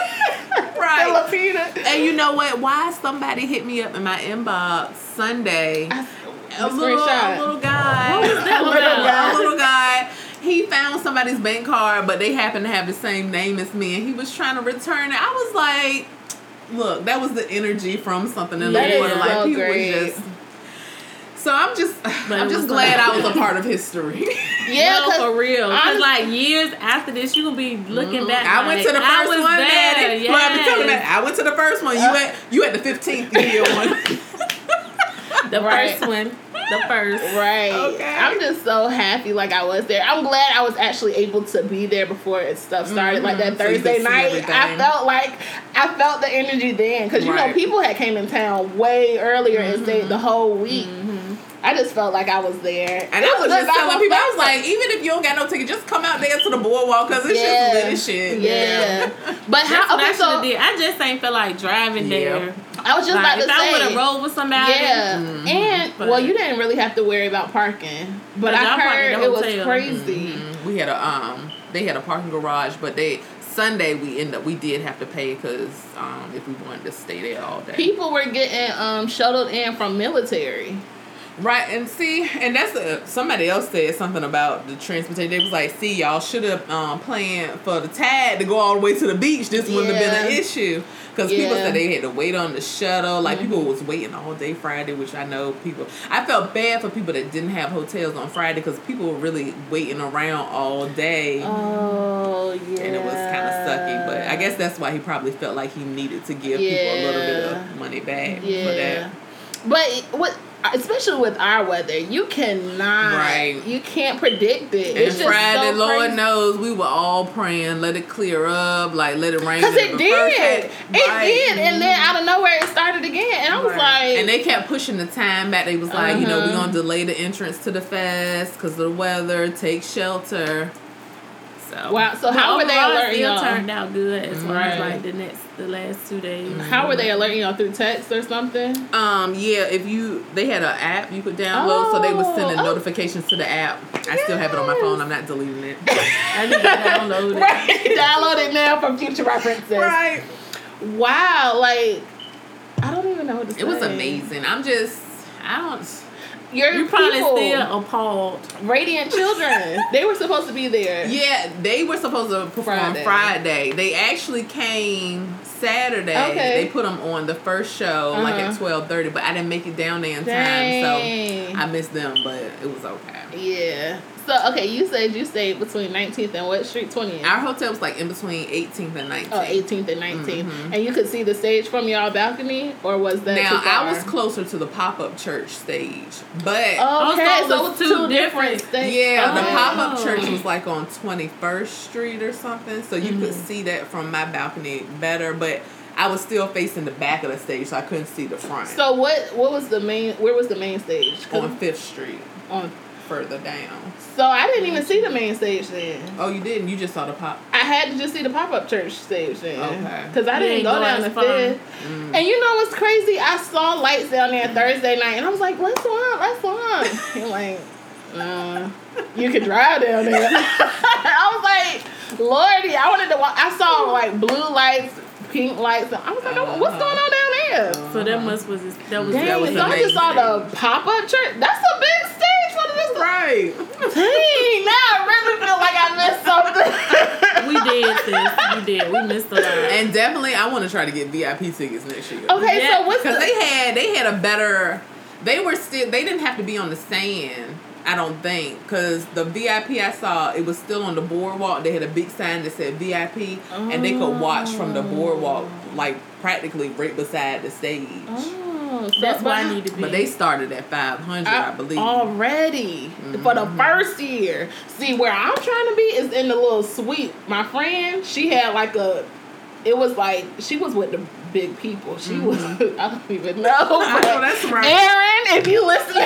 Speaker 1: right.
Speaker 6: Filipina.
Speaker 1: And you know what? Why somebody hit me up in my inbox Sunday? A little, a little guy.
Speaker 2: that
Speaker 1: a little
Speaker 2: about?
Speaker 1: guy. A little guy. He found somebody's bank card, but they happened to have the same name as me, and he was trying to return it. I was like, "Look, that was the energy from something in
Speaker 6: That
Speaker 1: the
Speaker 6: is
Speaker 1: water. Like
Speaker 6: so
Speaker 1: people
Speaker 6: great.
Speaker 1: was just." So I'm just,
Speaker 2: it
Speaker 1: I'm
Speaker 2: was
Speaker 1: just
Speaker 2: so
Speaker 1: glad I was
Speaker 2: good.
Speaker 1: a part of history.
Speaker 6: Yeah,
Speaker 2: no,
Speaker 6: 'cause
Speaker 2: for real. Because
Speaker 6: honest-
Speaker 2: like years after this, you gonna be looking back.
Speaker 1: I went
Speaker 2: like,
Speaker 1: to the
Speaker 2: I
Speaker 1: first
Speaker 2: was
Speaker 1: one,
Speaker 2: there,
Speaker 1: Daddy.
Speaker 2: yes.
Speaker 1: Well, I've been telling that. I went to the first one. You at you at the fifteenth year one.
Speaker 2: The
Speaker 6: Right.
Speaker 2: first one. The first.
Speaker 6: Right.
Speaker 1: Okay.
Speaker 6: I'm just so happy like I was there. I'm glad I was actually able to be there before it stuff started. Like that
Speaker 1: Mhm. So you could
Speaker 6: Thursday
Speaker 1: see
Speaker 6: night, I
Speaker 1: everything.
Speaker 6: felt like I felt the energy then because you know
Speaker 1: Right. Mm-hmm.
Speaker 6: people had came in town way earlier and stayed the whole week. I just felt like I was there,
Speaker 1: And
Speaker 6: It
Speaker 1: I was
Speaker 6: good
Speaker 1: just
Speaker 6: vibe.
Speaker 1: telling people, I was like, even if you don't got no ticket, just come out there to the boardwalk because it's
Speaker 6: Yeah.
Speaker 1: just lit as shit.
Speaker 6: yeah. But
Speaker 2: That's
Speaker 6: how?
Speaker 2: what
Speaker 6: Okay,
Speaker 2: I should have
Speaker 6: so
Speaker 2: did. I just ain't feel like driving
Speaker 1: Yeah.
Speaker 2: there.
Speaker 6: I was just
Speaker 2: Like,
Speaker 6: about to
Speaker 2: if I would
Speaker 6: say.
Speaker 2: have rolled with somebody,
Speaker 6: yeah, and
Speaker 2: but-
Speaker 6: well, you didn't really have to worry about parking, but
Speaker 2: But y'all
Speaker 6: I
Speaker 2: parked at
Speaker 6: heard
Speaker 2: the
Speaker 6: it was
Speaker 2: hotel.
Speaker 6: crazy.
Speaker 1: Mhm. We had a um, they had a parking garage, but they Sunday we end up we did have to pay because um, if we wanted to stay there all day,
Speaker 6: People were getting um, shuttled in from military.
Speaker 1: right? And see, and that's a, somebody else said something about the transportation. They was like, see, y'all should have um, planned for the tide to go all the way to the beach. This wouldn't have been an
Speaker 6: Yeah.
Speaker 1: issue because people
Speaker 6: Yeah. Mm-hmm.
Speaker 1: said they had to wait on the shuttle. Like people was waiting all day Friday, which I know people. I felt bad for people that didn't have hotels on Friday because people were really waiting around all day.
Speaker 6: Oh yeah.
Speaker 1: and it was kind of sucky. But I guess that's why he probably felt like he needed to give people a little bit
Speaker 6: Yeah.
Speaker 1: of money back for
Speaker 6: yeah.
Speaker 1: that.
Speaker 6: But with especially with our weather, you cannot
Speaker 1: Right.
Speaker 6: you can't predict it.
Speaker 1: And
Speaker 6: it's just
Speaker 1: Friday,
Speaker 6: so
Speaker 1: Lord
Speaker 6: crazy.
Speaker 1: knows, we were all praying, let it clear up, like let it rain.
Speaker 6: Cause it
Speaker 1: the
Speaker 6: did,
Speaker 1: first
Speaker 6: it
Speaker 1: day. Right.
Speaker 6: did, and then out of nowhere it started again, and I was like,
Speaker 1: and they kept pushing the time back. They was like, you know, we're
Speaker 6: Uh-huh.
Speaker 1: gonna delay the entrance to the fest because the weather. Take shelter. So
Speaker 6: wow. So
Speaker 2: But
Speaker 6: how were they
Speaker 2: overall, it
Speaker 6: alerting
Speaker 2: still
Speaker 6: y'all?
Speaker 2: turned out good as far as
Speaker 6: Right. Mm-hmm.
Speaker 2: like the next, the last two days.
Speaker 6: how were they alerting y'all through text or something?
Speaker 1: Um, yeah, if you they had an app you could download, so they
Speaker 6: Oh,
Speaker 1: were sending
Speaker 6: oh.
Speaker 1: notifications to the app. I still have it on my phone. I'm not deleting it.
Speaker 2: I need to download it.
Speaker 6: Right, download it now for future references.
Speaker 1: right.
Speaker 6: Wow, like I don't even know what to say.
Speaker 1: It was amazing. I'm just, I don't.
Speaker 6: Your
Speaker 2: You're probably
Speaker 6: people,
Speaker 2: still appalled.
Speaker 6: radiant children. they were supposed to be there.
Speaker 1: Yeah, they were supposed to perform
Speaker 6: Friday.
Speaker 1: Friday. They actually came Saturday.
Speaker 6: Okay.
Speaker 1: They put them on the first show like
Speaker 6: Uh-huh.
Speaker 1: at twelve thirty, but I didn't make it down there in
Speaker 6: Dang.
Speaker 1: time, so I missed them. But it was okay.
Speaker 6: Yeah. So okay, you said you stayed between 19th and what street? 20th.
Speaker 1: Our hotel was like in between 18th and 19th.
Speaker 6: oh, 18th and 19th, and you could see the stage from y'all balcony, or was that
Speaker 1: Mm-hmm. Now
Speaker 6: too far?
Speaker 1: I was closer to the pop up church stage, but
Speaker 6: Okay,
Speaker 2: Also,
Speaker 6: so
Speaker 2: Oh, it was
Speaker 6: two,
Speaker 2: two
Speaker 6: different Oh.
Speaker 2: different-
Speaker 6: things.
Speaker 1: Yeah, the
Speaker 6: Okay.
Speaker 1: pop up church was like on 21st Street or something, so you
Speaker 6: Mm-hmm.
Speaker 1: could see that from my balcony better, but I was still facing the back of the stage, so I couldn't see the front.
Speaker 6: So what? What was the main? Where was the main stage? 'Cause-
Speaker 1: on Fifth Street,
Speaker 6: on-
Speaker 1: further down.
Speaker 6: So I didn't even see the main stage then.
Speaker 1: Oh, you didn't? You just saw the pop.
Speaker 6: I had to just see the pop up church stage then,
Speaker 1: Okay.
Speaker 6: because I
Speaker 2: You
Speaker 6: didn't
Speaker 2: ain't
Speaker 6: go
Speaker 2: go
Speaker 6: down
Speaker 2: as
Speaker 6: the
Speaker 2: far.
Speaker 6: fifth. And you know what's crazy? I saw lights down there Thursday night, and I was like, "Let's on, let's on." He like, uh, "You can drive down there." I was like, "Lordy, I wanted to walk." I saw like blue lights, pink lights. And I was like, "What's going on down yeah.
Speaker 2: So
Speaker 1: Uh-huh.
Speaker 2: that must was his, that was
Speaker 6: Damn,
Speaker 1: was
Speaker 6: so I just
Speaker 1: amazing.
Speaker 6: saw the pop up church. That's a big stage for this.
Speaker 1: Right.
Speaker 6: Dang, now I really feel like I missed something.
Speaker 2: we did sis. We did. We missed a lot.
Speaker 1: And definitely, I want to try to get VIP tickets next year.
Speaker 6: okay,
Speaker 2: Yeah,
Speaker 6: so what's
Speaker 1: Because
Speaker 6: the
Speaker 1: they had they had a better. They were still. They didn't have to be on the sand. I don't think because the VIP I saw it was still on the boardwalk. They had a big sign that said VIP, and they could watch from the boardwalk, like practically right beside the stage.
Speaker 6: Oh, so-
Speaker 2: That's
Speaker 6: but
Speaker 2: where I need to be.
Speaker 1: But they started at five hundred, I, believe.
Speaker 6: Already for the
Speaker 2: Mm-hmm.
Speaker 6: first year. See, where I'm trying to be is in the little suite. My friend, she had like a. It was like she was with the big people. She
Speaker 2: Mm-hmm.
Speaker 6: was. I don't even know.
Speaker 1: I know
Speaker 6: but-
Speaker 1: that's right.
Speaker 6: Aaron, if you listen,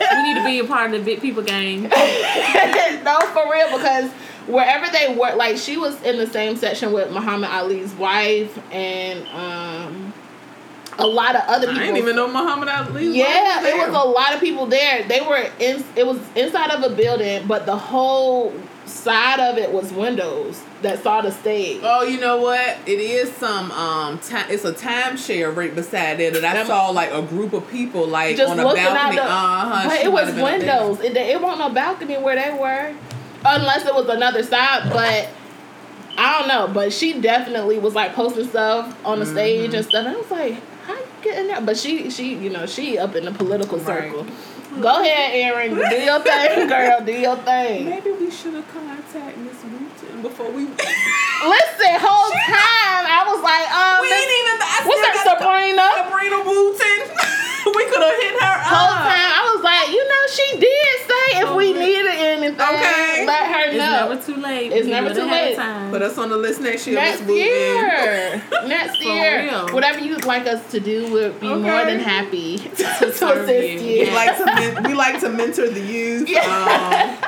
Speaker 2: we need to be a part of the big people gang.
Speaker 6: no, for real, because wherever they were, like she was in the same section with Muhammad Ali's wife and um, a lot of other people.
Speaker 1: I didn't even know Muhammad Ali. was
Speaker 6: Yeah,
Speaker 1: there.
Speaker 6: it was a lot of people there. They were in. It was inside of a building, but the whole side of it was windows that saw the stage.
Speaker 1: Oh, you know what? It is some um. Time, it's a timeshare right beside there that I saw like a group of people like
Speaker 6: Just
Speaker 1: on a
Speaker 6: looking out
Speaker 1: balcony.
Speaker 6: the.
Speaker 1: uh-huh,
Speaker 6: but
Speaker 1: she
Speaker 6: it
Speaker 1: might
Speaker 6: was
Speaker 1: have been up there.
Speaker 6: windows. It, it wasn't no balcony where they were, unless it was another side. But I don't know. But she definitely was like posting stuff on the stage
Speaker 1: Mm-hmm.
Speaker 6: and stuff. And I was like, how you getting there? But she, she, you know, she up in the political
Speaker 1: Right.
Speaker 6: circle. Go ahead, Erin. Do your thing, girl. Do your thing.
Speaker 1: Maybe we should have contacted Miss Wooten before we. we ain't even.
Speaker 6: Listen, whole time I was like, um, Miss-
Speaker 1: I still
Speaker 6: what's that,
Speaker 1: gotta call
Speaker 6: Sabrina?
Speaker 1: Sabrina Wooten. we could have hit her
Speaker 6: Whole
Speaker 1: up.
Speaker 6: time I was like, you know, she did say if we needed anything,
Speaker 1: Okay.
Speaker 6: let her
Speaker 2: It's
Speaker 6: know.
Speaker 2: never too late.
Speaker 6: It's
Speaker 2: We
Speaker 6: never
Speaker 2: would've
Speaker 6: too
Speaker 2: had
Speaker 6: late.
Speaker 2: Time.
Speaker 1: Put us on the list next year, Miss
Speaker 6: Next
Speaker 1: Wooten.
Speaker 6: year, next
Speaker 2: For
Speaker 6: year,
Speaker 2: real.
Speaker 6: whatever you'd like us to do, we'd be more
Speaker 1: Okay.
Speaker 6: than happy to,
Speaker 2: serve
Speaker 6: assist
Speaker 2: you.
Speaker 6: you.
Speaker 1: We like to men- we like to mentor the youth. Um,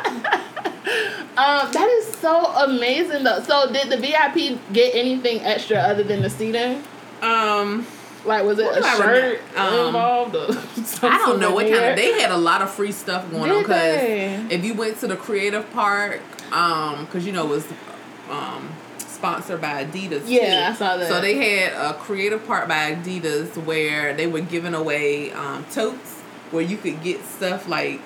Speaker 6: Um, that is so amazing though. So, did the VIP get anything extra other than the seating?
Speaker 1: um,
Speaker 6: Like, was it
Speaker 1: What
Speaker 6: a
Speaker 1: do I
Speaker 6: shirt
Speaker 1: remember? Um,
Speaker 6: involved? or some
Speaker 1: I don't know what kind
Speaker 6: souvenir?
Speaker 1: of they had a lot of free stuff going on
Speaker 6: Did they?
Speaker 1: because if you went to the creative park, um, because you know it was um sponsored by Adidas.
Speaker 6: Yeah,
Speaker 1: too.
Speaker 6: I saw that.
Speaker 1: So they had a creative park by Adidas where they were giving away um, totes where you could get stuff like.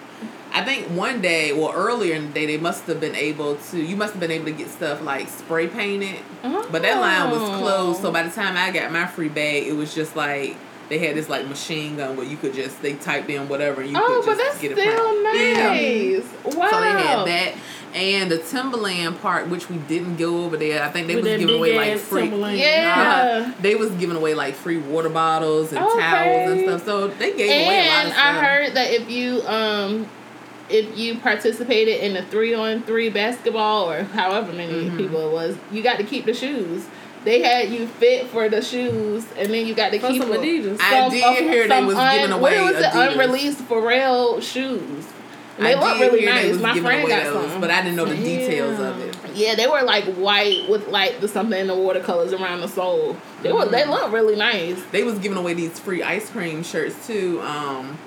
Speaker 1: I think one day, well, earlier in the day, they must have been able to. You must have been able to get stuff like spray painted, but that line was
Speaker 6: Oh.
Speaker 1: closed. So by the time I got my free bag, it was just like they had this like machine gun where you could just they typed in whatever and you
Speaker 6: Oh,
Speaker 1: could
Speaker 6: but
Speaker 1: just
Speaker 6: that's
Speaker 1: get
Speaker 6: still
Speaker 1: it. printed. Yeah.
Speaker 6: nice. Wow.
Speaker 1: So they had that. And the Timberland part, which we didn't go over there. I think they
Speaker 2: With
Speaker 1: was
Speaker 2: that
Speaker 1: giving
Speaker 2: big
Speaker 1: away like
Speaker 2: ass
Speaker 1: free
Speaker 2: Timberland.
Speaker 6: Yeah.
Speaker 1: uh, they was giving away like free water bottles and
Speaker 6: Okay.
Speaker 1: towels and stuff. So they gave away a lot
Speaker 6: and
Speaker 1: of stuff.
Speaker 6: I heard that if you um if you participated in the three on three basketball or however many
Speaker 1: Mm-hmm.
Speaker 6: people it was, you got to keep the shoes. They had you fit for the shoes, and then you got to
Speaker 2: For
Speaker 6: keep
Speaker 2: some
Speaker 6: them.
Speaker 2: Adidas.
Speaker 1: I did hear they was giving
Speaker 6: what
Speaker 1: away
Speaker 6: was it?
Speaker 1: Adidas.
Speaker 6: Unreleased Pharrell shoes. And
Speaker 1: I
Speaker 6: They look
Speaker 1: did
Speaker 6: really
Speaker 1: hear they
Speaker 6: nice.
Speaker 1: was
Speaker 6: My
Speaker 1: giving
Speaker 6: friend
Speaker 1: away
Speaker 6: got
Speaker 1: those,
Speaker 6: some.
Speaker 1: but I didn't know the details of it.
Speaker 6: Yeah, they were like white with like the something in the watercolors around the sole. They were they
Speaker 1: Mm-hmm.
Speaker 6: look really nice.
Speaker 1: They was giving away these free ice cream shirts too. Um,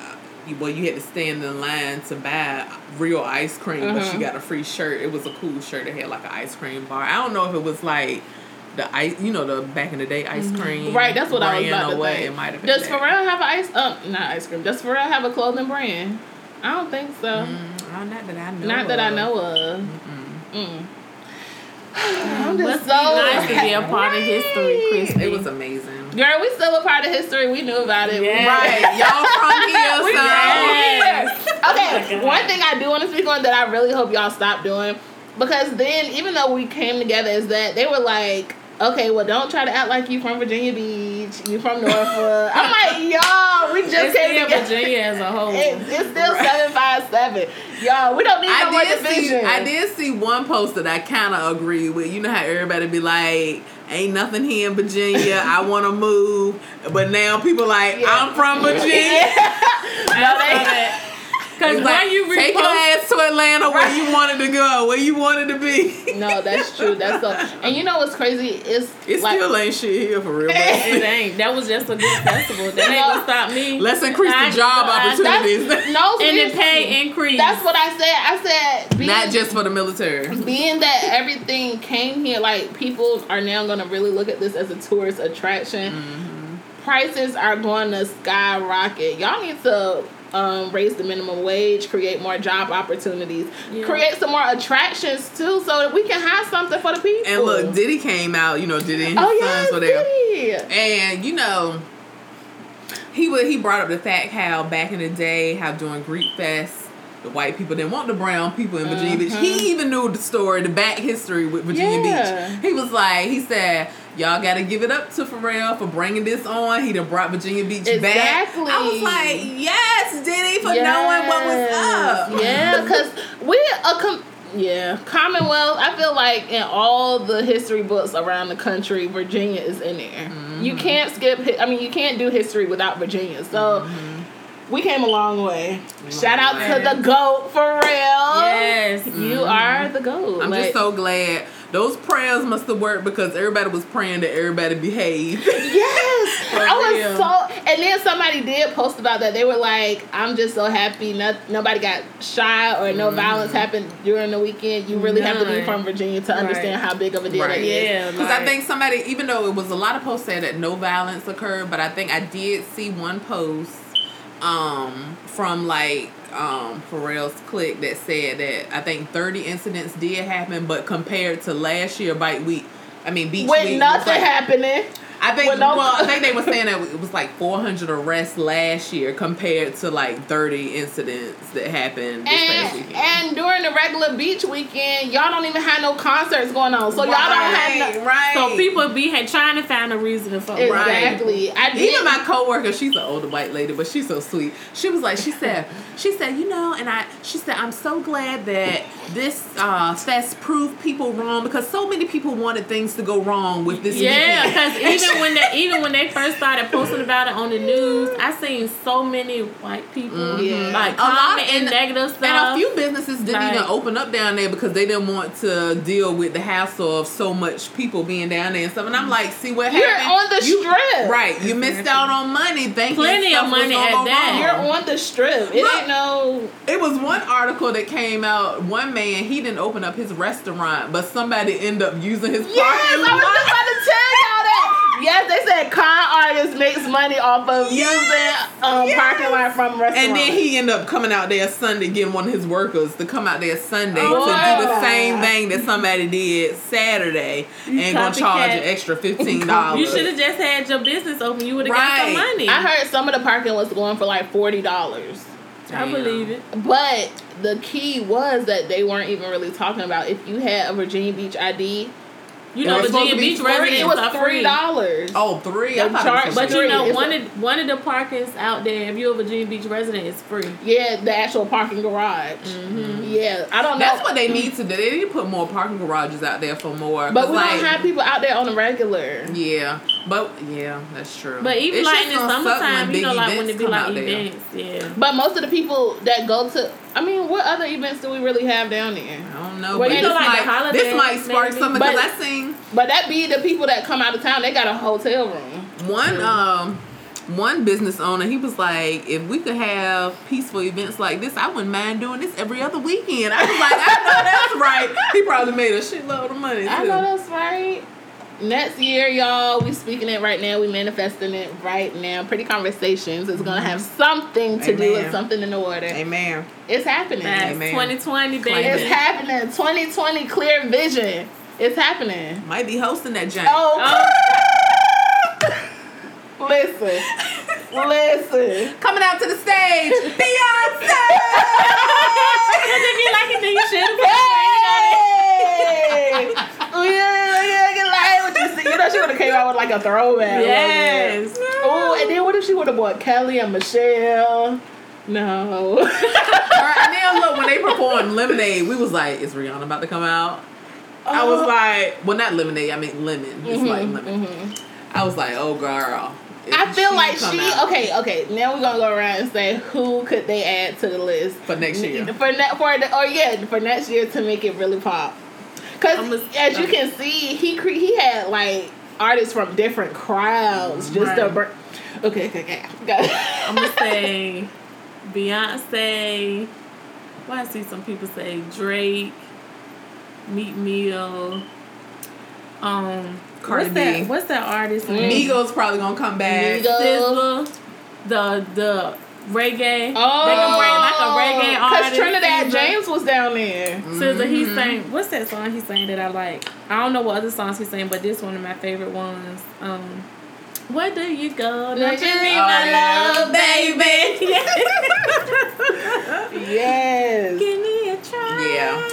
Speaker 1: uh, you- well, you had to stand in line to buy real ice cream, but you
Speaker 6: Mm-hmm.
Speaker 1: got a free shirt. It was a cool shirt. It had like an ice cream bar. I don't know if it was like the ice, you know, the back in the day ice cream.
Speaker 6: Mm-hmm. Right, that's what I was
Speaker 1: brand
Speaker 6: about
Speaker 1: or
Speaker 6: to
Speaker 1: what,
Speaker 6: think.
Speaker 1: It might have been.
Speaker 6: Does
Speaker 1: that.
Speaker 6: Pharrell have ice? Uh, not ice cream. Does Pharrell have a clothing brand? I don't think so.
Speaker 1: Mm, uh, not that I know.
Speaker 6: Not that I
Speaker 1: of.
Speaker 6: know of. Mm. I'm
Speaker 2: Must
Speaker 6: just
Speaker 2: be
Speaker 6: so
Speaker 2: nice to be a part of history, Christy.
Speaker 1: It was amazing.
Speaker 6: girl. We still a part of history. We knew about it. We-
Speaker 1: Right, y'all from here, so
Speaker 2: Yes.
Speaker 6: Okay, one thing I do want to speak on that I really hope y'all stop doing because then, even though we came together, is that they were like, okay, well, don't try to act like you from Virginia Beach, you from Norfolk. I'm like, y'all, we just
Speaker 2: It's
Speaker 6: came
Speaker 2: still
Speaker 6: together.
Speaker 2: Virginia as a whole.
Speaker 6: It- it's still seven five seven, y'all. We don't need no more
Speaker 1: I did see.
Speaker 6: division.
Speaker 1: I did see one post that I kind of agree with. You know how everybody be like, "Ain't nothing here in Virginia. I want to move," but now people like,
Speaker 6: Yeah.
Speaker 1: "I'm from Virginia."
Speaker 2: I love it. Cause
Speaker 1: It's like,
Speaker 2: when you
Speaker 1: take your
Speaker 2: repost,
Speaker 1: ass to Atlanta go where you wanted to go, where you wanted to be.
Speaker 6: No, that's true. That's the and you know what's crazy? It's
Speaker 1: It
Speaker 6: like
Speaker 1: still ain't shit here for real. but
Speaker 2: It ain't. That was just a good festival. That ain't gonna stop me.
Speaker 1: Let's increase
Speaker 2: I-
Speaker 1: the job
Speaker 2: I-
Speaker 6: that's,
Speaker 1: opportunities,
Speaker 6: no
Speaker 2: and the
Speaker 6: seriously.
Speaker 2: pay increase.
Speaker 6: That's what I said. I said being,
Speaker 1: not just for the military.
Speaker 6: being that everything came here. Like people are now gonna really look at this as a tourist attraction.
Speaker 1: Mm-hmm.
Speaker 6: Prices are going to skyrocket. Y'all need to. Um, raise the minimum wage, create more job opportunities, create some more attractions too, so that we can have something for the people.
Speaker 1: And look, Diddy came out, you know, Diddy and his
Speaker 6: oh
Speaker 1: sons
Speaker 6: yes,
Speaker 1: were there.
Speaker 6: Diddy.
Speaker 1: And you know, he would he brought up the fact how back in the day, how during Greek Fest, the white people didn't want the brown people in Virginia Beach. He even knew the story, the back history with Virginia
Speaker 6: Mm-hmm. Yeah.
Speaker 1: Beach. He was like, he said. Y'all gotta give it up to Pharrell for bringing this on. He done brought Virginia Beach back.
Speaker 6: Exactly.
Speaker 1: I was like, yes, Diddy, for knowing what was up.
Speaker 6: Yeah, because we're a com- yeah Commonwealth. I feel like in all the history books around the country, Virginia is in there. You
Speaker 1: Mm-hmm.
Speaker 6: can't skip. hi- I mean, you can't do history without Virginia. So.
Speaker 1: Mm-hmm.
Speaker 6: We came a long way. Shout out to the GOAT for real.
Speaker 2: Yes.
Speaker 6: You are the GOAT.
Speaker 1: I'm
Speaker 6: Like,
Speaker 1: just so glad. Those prayers must have worked because everybody was praying that everybody behaved.
Speaker 6: Yes, I was
Speaker 2: real.
Speaker 6: so. And then somebody did post about that. They were like, "I'm just so happy. Not, nobody got shot or no
Speaker 1: Mm-hmm.
Speaker 6: violence happened during the weekend. You really have to be
Speaker 2: None.
Speaker 6: from Virginia to
Speaker 2: Right.
Speaker 6: understand how big of a deal
Speaker 1: Right.
Speaker 6: that is."
Speaker 2: yeah,
Speaker 1: Because I
Speaker 2: like-
Speaker 1: think somebody, even though it was a lot of posts saying that no violence occurred, but I think I did see one post um, from like um, Pharrell's clique that said that I think 30 incidents did happen, but compared to last year, bite week, I mean, beach
Speaker 6: With
Speaker 1: week, was,
Speaker 6: nothing
Speaker 1: like-
Speaker 6: happening,
Speaker 1: I think,
Speaker 6: with no-
Speaker 1: well, I think they were saying that it was like 400 arrests last year compared to like 30 incidents that happened this past
Speaker 6: and
Speaker 1: weekend.
Speaker 6: and during the regular beach weekend, y'all don't even have no concerts going on, so y'all don't have no,
Speaker 1: right.
Speaker 2: so people be had trying to find a reason to fuck. with
Speaker 1: Right.
Speaker 6: exactly. I
Speaker 1: Even
Speaker 6: did
Speaker 1: my coworker, she's an older white lady, but she's so sweet. She was like, she said, she said, you know, and I, she said, I'm so glad that this uh, fest proved people wrong because so many people wanted things to go wrong with this.
Speaker 2: Yeah,
Speaker 1: weekend.
Speaker 2: because even when they even when they first started posting about it on the news, I seen so many white people
Speaker 6: Yeah.
Speaker 2: like
Speaker 1: Mm-hmm. A lot,
Speaker 2: commenting
Speaker 1: and-
Speaker 2: negative stuff.
Speaker 1: and a few businesses didn't
Speaker 2: Right.
Speaker 1: even open up down there because they didn't want to deal with the hassle of so much people being down there and stuff. And I'm like, see what
Speaker 6: You're
Speaker 1: happened?
Speaker 6: on the
Speaker 1: You-
Speaker 6: strip,
Speaker 1: Right, you missed out on money. Thank
Speaker 2: Plenty of money at that.
Speaker 6: You're on the strip. It
Speaker 1: Look.
Speaker 6: ain't no.
Speaker 1: It was one article that came out. One man he didn't open up his restaurant, but somebody ended up using his
Speaker 6: Yes, I
Speaker 1: parking
Speaker 6: was
Speaker 1: lot.
Speaker 6: just about to tell y'all that. Yes, they said con artists makes money off of
Speaker 1: Yes,
Speaker 6: using um, parking lot from restaurants.
Speaker 1: and then he ended up coming out there Sunday, getting one of his workers to come out there Sunday
Speaker 2: Oh,
Speaker 1: to
Speaker 2: wow.
Speaker 1: do the same thing that somebody did Saturday and gonna charge an
Speaker 2: copycat.
Speaker 1: extra fifteen dollars.
Speaker 2: you should have just had your business open. You would have got
Speaker 1: Right.
Speaker 2: some money.
Speaker 6: I heard some of the parking was going for like forty dollars.
Speaker 2: I believe it.
Speaker 6: But the key was that they weren't even really talking about if you had a Virginia Beach ID,
Speaker 2: You
Speaker 1: It
Speaker 2: know,
Speaker 1: was supposed
Speaker 2: Virginia
Speaker 1: to be
Speaker 2: Beach
Speaker 1: free.
Speaker 2: residents
Speaker 6: it
Speaker 2: are
Speaker 6: was
Speaker 2: free.
Speaker 6: three dollars.
Speaker 1: Oh, three.
Speaker 6: They
Speaker 1: I thought it was
Speaker 6: charge-
Speaker 2: But you know,
Speaker 6: It's
Speaker 2: one
Speaker 6: a-
Speaker 2: of one of the parkings out there, if you're a Virginia Beach resident, is free.
Speaker 6: Yeah, the actual parking garage. Yeah, I don't know.
Speaker 1: Mm-hmm. that's what they need to do. They need to put more parking garages out there for more.
Speaker 6: but
Speaker 1: 'cause,
Speaker 6: we
Speaker 1: like,
Speaker 6: don't have people out there on the regular.
Speaker 1: Yeah, but yeah, that's true.
Speaker 2: But even
Speaker 1: It's
Speaker 2: like
Speaker 1: just
Speaker 2: in the
Speaker 1: gonna suck
Speaker 2: summertime, you
Speaker 1: big
Speaker 2: know, like when
Speaker 1: events
Speaker 2: it be
Speaker 1: come
Speaker 2: like
Speaker 1: out there.
Speaker 2: events, yeah.
Speaker 6: But most of the people that go to, I mean, what other events do we really have down there?
Speaker 1: I don't know.
Speaker 6: Well,
Speaker 1: but
Speaker 6: you know,
Speaker 1: this
Speaker 2: like the
Speaker 1: might, this
Speaker 2: holidays,
Speaker 1: might spark
Speaker 2: maybe.
Speaker 1: something
Speaker 6: But-
Speaker 1: because I seen
Speaker 6: But that be the people that come out of town. They got a hotel room.
Speaker 1: one um one business owner. He was like, if we could have peaceful events like this, I wouldn't mind doing this every other weekend. I was like, I know that's right. He probably made a shitload of money.
Speaker 6: I
Speaker 1: too.
Speaker 6: know that's right. Next year, y'all, we speaking it right now. We manifesting it right now. Pretty conversations is gonna have something to do with
Speaker 1: Amen.
Speaker 6: something in the water.
Speaker 1: Amen.
Speaker 6: It's happening.
Speaker 2: That's
Speaker 1: Amen.
Speaker 2: 2020,
Speaker 6: It's
Speaker 2: baby.
Speaker 6: happening. 2020 clear vision. It's happening.
Speaker 1: Might be hosting that jam.
Speaker 6: Oh, listen, listen.
Speaker 1: Coming out to the stage, Beyonce.
Speaker 2: Because if you like it, then you should.
Speaker 6: Hey! Yeah, yeah, like, what you see- you know, she would have came out with like a throwback.
Speaker 2: Yes.
Speaker 6: Oh, and then what if she would have bought Kelly and Michelle? No.
Speaker 1: Girl, and then look when they performed Lemonade, we was like, is Rihanna about to come out? I was like, well, not lemonade. I mean lemon. It's like lemon. I was like, oh girl,
Speaker 6: Mm-hmm, I feel
Speaker 1: she
Speaker 6: like
Speaker 1: come
Speaker 6: she
Speaker 1: out
Speaker 6: okay, okay. Now we're gonna go around and say who could they add to the list
Speaker 1: for next year.
Speaker 6: for ne- for the or yeah for next year to make it really pop. Because
Speaker 2: I'ma-
Speaker 6: as you can see, he cre- he had like artists from different crowds just to
Speaker 2: Right.
Speaker 6: br- Okay, okay, okay. Go.
Speaker 2: I'm gonna say Beyonce. Well, I see some people say Drake, Meat Meal, um,
Speaker 1: Cardi
Speaker 2: what's
Speaker 1: B.
Speaker 2: that? What's that artist? name?
Speaker 1: Migos probably gonna come back.
Speaker 6: Migos.
Speaker 2: Sizzla, the the reggae.
Speaker 6: Oh,
Speaker 2: they can bring like a reggae
Speaker 6: Because
Speaker 2: artist.
Speaker 6: Trinidad
Speaker 2: Sizzla.
Speaker 6: James was down there.
Speaker 2: Sizzla, he sang. What's that song he sang that I like? I don't know what other songs he sang, but this one of my favorite ones. Um, where do you go? Don't you
Speaker 6: Mm-hmm.
Speaker 2: need my love, baby?
Speaker 6: Yes.
Speaker 2: Give me a try.
Speaker 1: Yeah.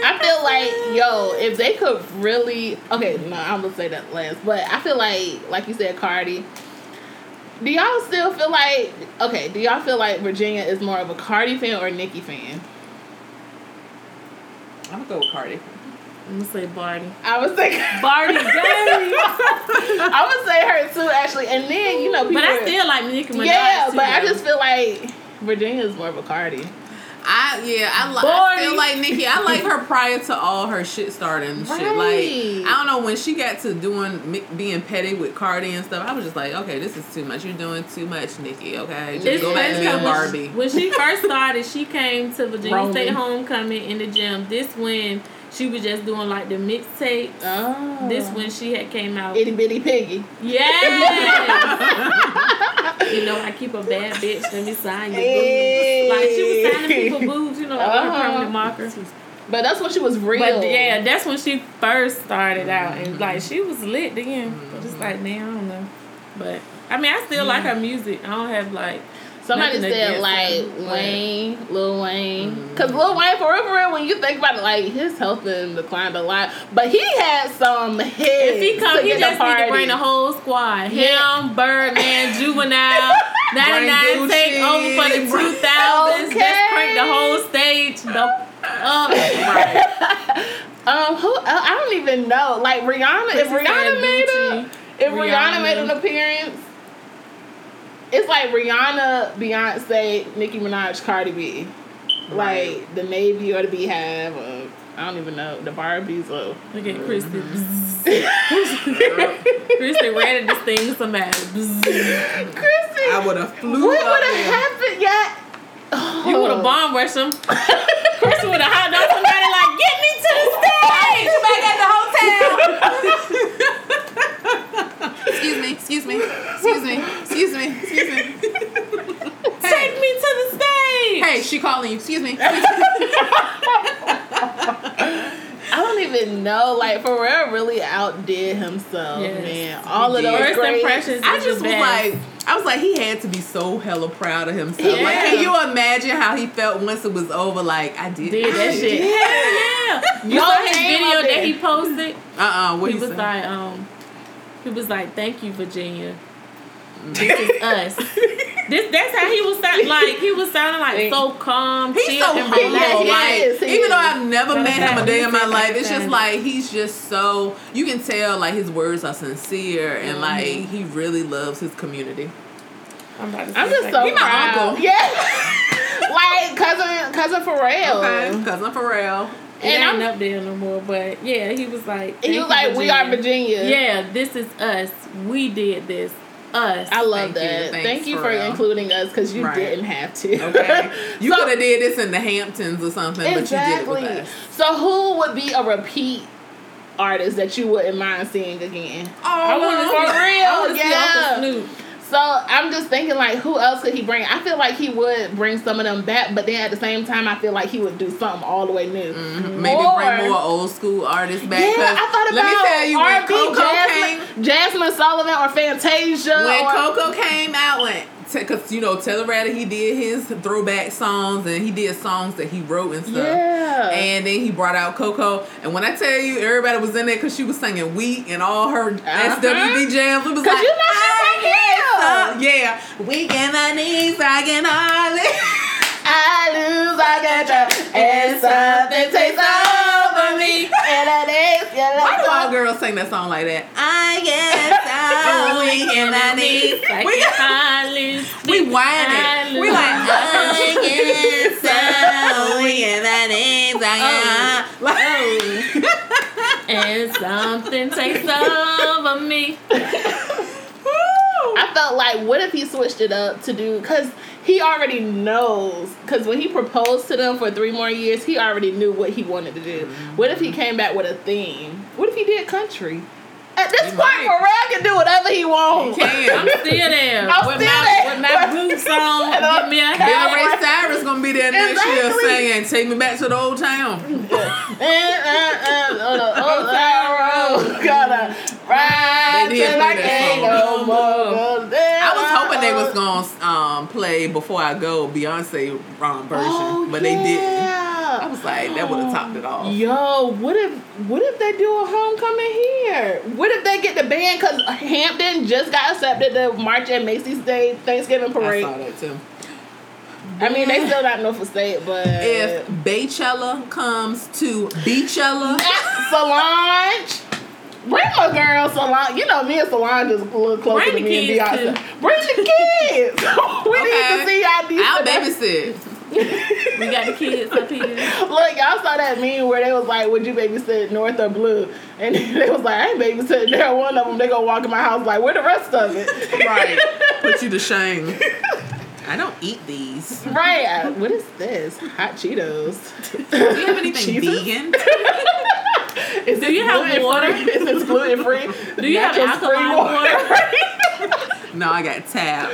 Speaker 6: I feel like, yo, if they could really, okay, no, I'm gonna say that last, but I feel like, like you said, Cardi. Do y'all still feel like, okay? Do y'all feel like Virginia is more of a Cardi fan or a Nicki fan?
Speaker 1: I'm gonna go with Cardi.
Speaker 2: I'm gonna say Barty.
Speaker 6: I was thinking,
Speaker 2: Barty James.
Speaker 6: I would say her too, actually. And then you know, people
Speaker 2: but I
Speaker 6: are-
Speaker 2: still like Nicki Minaj.
Speaker 6: yeah,
Speaker 2: too,
Speaker 6: but I
Speaker 2: though.
Speaker 6: just feel like Virginia is more of a Cardi.
Speaker 1: I yeah, I, li- I
Speaker 2: Barty.
Speaker 1: feel like Nikki. I like her prior to all her shit starting and shit.
Speaker 6: Right.
Speaker 1: Like I don't know when she got to doing mi- being petty with Cardi and stuff. I was just like, okay, this is too much. You're doing too much, Nikki. Okay, just
Speaker 2: It's
Speaker 1: go back to
Speaker 2: crazy
Speaker 1: being
Speaker 2: how much-
Speaker 1: Barbie.
Speaker 2: When she first started, she came to Virginia
Speaker 6: Roman.
Speaker 2: State Homecoming in the gym. This when she was just doing like the mixtape.
Speaker 6: Oh,
Speaker 2: This when she had came out.
Speaker 6: itty bitty piggy.
Speaker 2: yes. you know, I keep a bad bitch. Let me sign your boobs. Like she was signing
Speaker 6: Hey.
Speaker 2: people boobs. You know, like
Speaker 6: Uh-huh.
Speaker 2: her permanent markers.
Speaker 6: But that's when she was real. Mm-hmm.
Speaker 2: But yeah, that's when she first started out, and like she was lit then. But Just like now, I don't know. But I mean, I still like her music. I don't have like
Speaker 6: Somebody
Speaker 2: nothing
Speaker 6: said
Speaker 2: against
Speaker 6: like
Speaker 2: her, but- Mm-hmm.
Speaker 6: Wayne, Lil Wayne, because Lil Wayne, for real, for real, when you think about it, like his health been declined a lot, but he had some hits.
Speaker 2: If he come, he just need to bring the whole squad. Him, Birdman, Juvenile, 99
Speaker 1: Bring
Speaker 2: take
Speaker 1: Gucci.
Speaker 2: over for the 2000s. Just
Speaker 6: Okay.
Speaker 2: crank the whole stage the up. Right.
Speaker 6: Um, who? I I don't even know. Like Rihanna, if
Speaker 2: Chrissy said
Speaker 6: Rihanna made
Speaker 2: Gucci,
Speaker 6: a, if Rihanna.
Speaker 2: Rihanna.
Speaker 6: made an appearance, it's like Rihanna, Beyonce, Nicki Minaj, Cardi B, like the Navy or the Beehive, or I don't even know the Barbies or.
Speaker 2: Look at Christy. Christy ready to sting somebody. Bzzz.
Speaker 6: Chrissy,
Speaker 1: I would have flew
Speaker 6: What
Speaker 1: up
Speaker 6: would have
Speaker 1: there.
Speaker 6: happened? Yeah. Oh.
Speaker 2: You would have bomb rushed him. Christy would have hopped on somebody like, get me to the stage. Back at the hotel.
Speaker 1: Excuse me. Excuse me. Excuse me. Excuse me. Excuse me.
Speaker 2: Take me to the stage.
Speaker 1: Hey, she calling you. Excuse me.
Speaker 6: I don't even know. Like Pharrell really outdid himself,
Speaker 2: Yes,
Speaker 6: man. All of
Speaker 1: he did.
Speaker 6: those
Speaker 2: First
Speaker 6: great
Speaker 2: impressions.
Speaker 1: I
Speaker 2: is
Speaker 1: just was
Speaker 2: the best.
Speaker 1: like, I was like, he had to be so hella proud of himself. Like,
Speaker 2: Yeah.
Speaker 1: can you imagine how he felt once it was over? Like, I did,
Speaker 2: did that shit. Hell yeah. You
Speaker 6: Y'all
Speaker 2: saw his
Speaker 6: came up
Speaker 2: video
Speaker 6: there.
Speaker 2: that he posted.
Speaker 1: Uh uh What
Speaker 2: He
Speaker 1: he
Speaker 2: was
Speaker 1: said?
Speaker 2: like, um, he was like, "Thank you, Virginia. This is us." this that's how he was sound, like. He was sounding like so calm,
Speaker 1: He's
Speaker 2: chill,
Speaker 1: so
Speaker 2: and
Speaker 1: humble.
Speaker 2: relaxed.
Speaker 6: He
Speaker 1: like,
Speaker 6: is, he
Speaker 1: even
Speaker 6: is.
Speaker 1: though I've never
Speaker 2: Matter
Speaker 1: met
Speaker 2: of
Speaker 1: him a
Speaker 2: fact,
Speaker 1: day in my
Speaker 2: he's
Speaker 1: life, it's
Speaker 2: like
Speaker 1: just
Speaker 2: that.
Speaker 1: like he's just so. You can tell like his words are sincere
Speaker 2: Mm-hmm.
Speaker 1: and like he really loves his community.
Speaker 2: I'm, about to say
Speaker 6: I'm just
Speaker 2: that.
Speaker 6: so
Speaker 1: He my
Speaker 6: proud.
Speaker 1: uncle.
Speaker 6: Yeah. like cousin cousin
Speaker 2: Oh.
Speaker 6: Pharrell.
Speaker 1: Okay, cousin Pharrell.
Speaker 2: It
Speaker 6: And
Speaker 2: ain't
Speaker 6: I'm-
Speaker 2: up there no more, but yeah, he was like,
Speaker 6: And
Speaker 2: "Thank
Speaker 6: he was
Speaker 2: you,
Speaker 6: like, "We are Virginia."
Speaker 2: Yeah, this is us. We did this. Us.
Speaker 6: I
Speaker 1: Thank you.
Speaker 6: love that.
Speaker 1: Thanks,
Speaker 6: Thank you for
Speaker 1: Pharrell.
Speaker 6: including us because you
Speaker 1: Right.
Speaker 6: didn't have to.
Speaker 1: Okay, you
Speaker 6: So-
Speaker 1: could have did this in the Hamptons or something, but you did it
Speaker 6: exactly.
Speaker 1: with us.
Speaker 6: So who would be a repeat artist that you wouldn't mind seeing again?
Speaker 1: Oh, I
Speaker 2: wanna
Speaker 6: For real,
Speaker 2: I wanna see
Speaker 6: yeah.
Speaker 2: Uncle Snoop.
Speaker 6: So I'm just thinking, like, who else could he bring? I feel like he would bring some of them back, but then at the same time, I feel like he would do something all the way new.
Speaker 1: Mm-hmm. Maybe
Speaker 6: Or-
Speaker 1: bring more old school artists
Speaker 6: Yeah,
Speaker 1: back. 'cause
Speaker 6: I thought about
Speaker 1: let me tell you when
Speaker 6: R&B,
Speaker 1: Coco came.
Speaker 6: Jasmine, Jasmine Sullivan or Fantasia.
Speaker 1: When
Speaker 6: or,
Speaker 1: Coco came out, when because you know Telluride, he did his throwback songs and he did songs that he wrote and stuff.
Speaker 6: yeah,
Speaker 1: And then he brought out Coco, and when I tell you, everybody was in there because she was singing "We" and all her SWB jams. It was
Speaker 6: Uh-huh. Cause
Speaker 1: like,
Speaker 6: you know she's
Speaker 1: "I
Speaker 6: from here."
Speaker 1: guess, uh, yeah, we get my knees, I can hardly.
Speaker 6: I lose, I got you, and something takes over me, and it is your
Speaker 1: Why do all
Speaker 6: love.
Speaker 1: girls sing that song like that? I guess, I only can I need. We, we whining. We like, "Oh, I can so only can I need. I am. Like,
Speaker 2: and something takes over me.
Speaker 6: I felt like, what if he switched it up to do? Because he already knows. Because when he proposed to them for three more years, he already knew what he wanted to do. What if he came back with a theme? What if he did country? At this point,
Speaker 1: might.
Speaker 6: Pharrell can do whatever he wants.
Speaker 1: damn.
Speaker 2: I'm still there.
Speaker 6: I'm
Speaker 2: with
Speaker 6: still
Speaker 2: my,
Speaker 6: there.
Speaker 2: With my boots on.
Speaker 6: And
Speaker 2: Get
Speaker 6: I'm
Speaker 2: me a
Speaker 1: Billy
Speaker 2: hat.
Speaker 1: Ray Cyrus gonna be there next
Speaker 6: Exactly.
Speaker 1: year singing "Take Me Back to the Old Town."
Speaker 6: Eh, eh, eh, oh, no, oh, sorrow, gotta ride
Speaker 1: They did
Speaker 6: till
Speaker 1: play
Speaker 6: I
Speaker 1: that
Speaker 6: can't no
Speaker 1: song.
Speaker 6: more.
Speaker 1: I was hoping they was gonna um, play "Before I Go" Beyonce um, version,
Speaker 6: Oh,
Speaker 1: but they didn't. I was like, that would have topped it off.
Speaker 6: Yo, what if what if they do a homecoming here? What if they get the band? Cause Hampton just got accepted to march at Macy's Day Thanksgiving
Speaker 1: I
Speaker 6: parade.
Speaker 1: saw
Speaker 6: I,
Speaker 1: that too.
Speaker 6: mean, they still not Norfolk State, but
Speaker 1: If Baychella comes to Beachella,
Speaker 6: Solange. Bring my girl Solange. You know me and Solange is a little closer
Speaker 2: Bring
Speaker 6: to
Speaker 2: the
Speaker 6: me
Speaker 2: kids,
Speaker 6: and Beyonce.
Speaker 2: too.
Speaker 6: Bring the kids. we need
Speaker 1: Okay.
Speaker 6: to see y'all these
Speaker 1: I'll
Speaker 6: today.
Speaker 1: babysit.
Speaker 2: We got the kids up here.
Speaker 6: Look, y'all saw that meme where they was like, "Would you babysit North or Blue?" And they was like, "I ain't babysitting there." One of them, they gonna walk in my house like, "Where the rest of it?"
Speaker 1: Right. Put you to shame. I don't eat these. Do
Speaker 6: right? I- What is this? Hot Cheetos.
Speaker 1: you have anything
Speaker 6: Jesus.
Speaker 1: vegan?
Speaker 6: Is
Speaker 2: Do you have water?
Speaker 6: Is this gluten free?
Speaker 2: Do you have alkaline water?
Speaker 1: No, I got tab.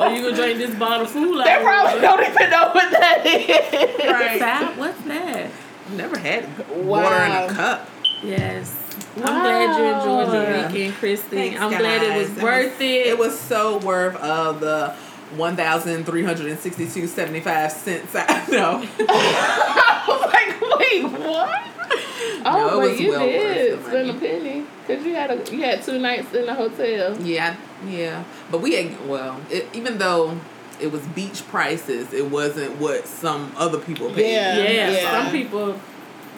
Speaker 2: Or you gonna drink this bottle of food?
Speaker 6: They probably don't even know what that is.
Speaker 2: Sap, what's that?
Speaker 1: Never had
Speaker 6: Wow.
Speaker 1: water in a cup.
Speaker 2: Yes. I'm
Speaker 6: Wow.
Speaker 2: glad you enjoyed your weekend, Christy.
Speaker 1: Thanks,
Speaker 2: I'm glad it
Speaker 1: guys.
Speaker 2: was worth it.
Speaker 1: It was so worth of the one thousand three hundred and sixty-two seventy-five cents. I know.
Speaker 6: I was like, wait, what?
Speaker 1: No,
Speaker 6: Oh,
Speaker 1: it
Speaker 6: but
Speaker 1: was
Speaker 6: you
Speaker 1: well worth
Speaker 6: did
Speaker 1: the
Speaker 6: spend a
Speaker 1: money.
Speaker 6: penny because you had a you had two nights in the hotel.
Speaker 1: Yeah, yeah. But we had well, it, even though it was beach prices, it wasn't what some other people paid.
Speaker 6: Yeah.
Speaker 2: yeah,
Speaker 6: Yeah.
Speaker 2: Some people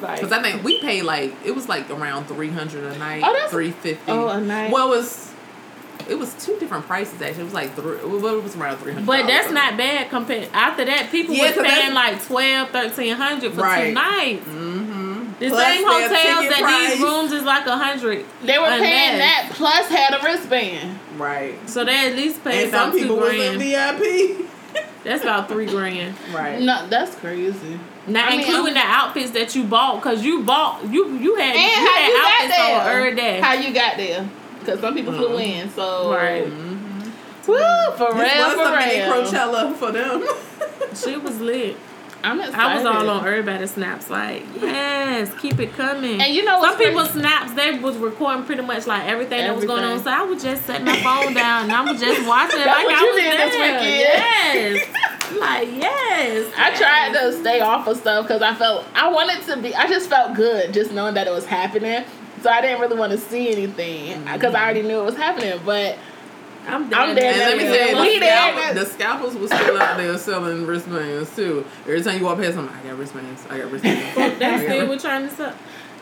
Speaker 2: like
Speaker 1: Because I think we paid like it was like around three hundred a night,
Speaker 6: Oh, that's-
Speaker 1: three fifty.
Speaker 6: oh, a night.
Speaker 1: Well, it was it was two different prices actually. It was like three. Well, it was around three hundred.
Speaker 2: But that's not bad compared. After that, people
Speaker 1: Yeah,
Speaker 2: were
Speaker 1: 'cause that's-
Speaker 2: paying like twelve, thirteen hundred for
Speaker 1: Right.
Speaker 2: two nights.
Speaker 1: Mm-hmm.
Speaker 2: The
Speaker 1: Plus
Speaker 2: same
Speaker 1: their
Speaker 2: hotels
Speaker 1: ticket
Speaker 2: that
Speaker 1: price.
Speaker 2: these rooms is like a hundred.
Speaker 6: They were
Speaker 2: a
Speaker 6: paying
Speaker 2: night.
Speaker 6: that plus had a wristband.
Speaker 1: Right.
Speaker 2: so they at least paid
Speaker 1: And some
Speaker 2: about two
Speaker 1: people was in
Speaker 2: grand.
Speaker 1: VIP.
Speaker 2: That's about three grand.
Speaker 1: Right.
Speaker 6: No, that's crazy.
Speaker 2: Not
Speaker 6: I mean,
Speaker 2: including
Speaker 6: I'm-
Speaker 2: the outfits that you bought, cause you bought you you had
Speaker 6: And
Speaker 2: you
Speaker 6: how you
Speaker 2: had
Speaker 6: got
Speaker 2: outfits on
Speaker 6: there?
Speaker 2: every day.
Speaker 6: How you got there? Because some people flew in, so
Speaker 2: Right.
Speaker 6: Woo, for
Speaker 1: This
Speaker 6: real,
Speaker 1: was
Speaker 6: for
Speaker 1: the mini
Speaker 6: real.
Speaker 1: Coachella for them.
Speaker 2: She was lit.
Speaker 6: I'm excited.
Speaker 2: I was all on everybody's snaps, like yes, keep it coming.
Speaker 6: And you know
Speaker 2: some
Speaker 6: what's crazy-
Speaker 2: people's snaps they was recording pretty much like everything, that was going on.
Speaker 6: Everything.
Speaker 2: So I would just set my phone down and I was just watching it
Speaker 6: That's
Speaker 2: like
Speaker 6: what
Speaker 2: I
Speaker 6: you
Speaker 2: was
Speaker 6: did
Speaker 2: there.
Speaker 6: this
Speaker 2: Yes, like yes.
Speaker 6: I tried to stay off of stuff because I felt I wanted to be. I just felt good just knowing that it was happening. So I didn't really want to see anything because I already knew it was happening. But
Speaker 2: I'm there.
Speaker 6: I'm there.
Speaker 1: And let me
Speaker 6: Yeah.
Speaker 1: tell you,
Speaker 6: We
Speaker 1: the,
Speaker 6: did.
Speaker 1: scalp, the scalpers was still out there selling wristbands too. Every time you walk past them, I got wristbands. I got wristbands. I got
Speaker 2: That's still
Speaker 1: wrist-
Speaker 2: what trying to sell.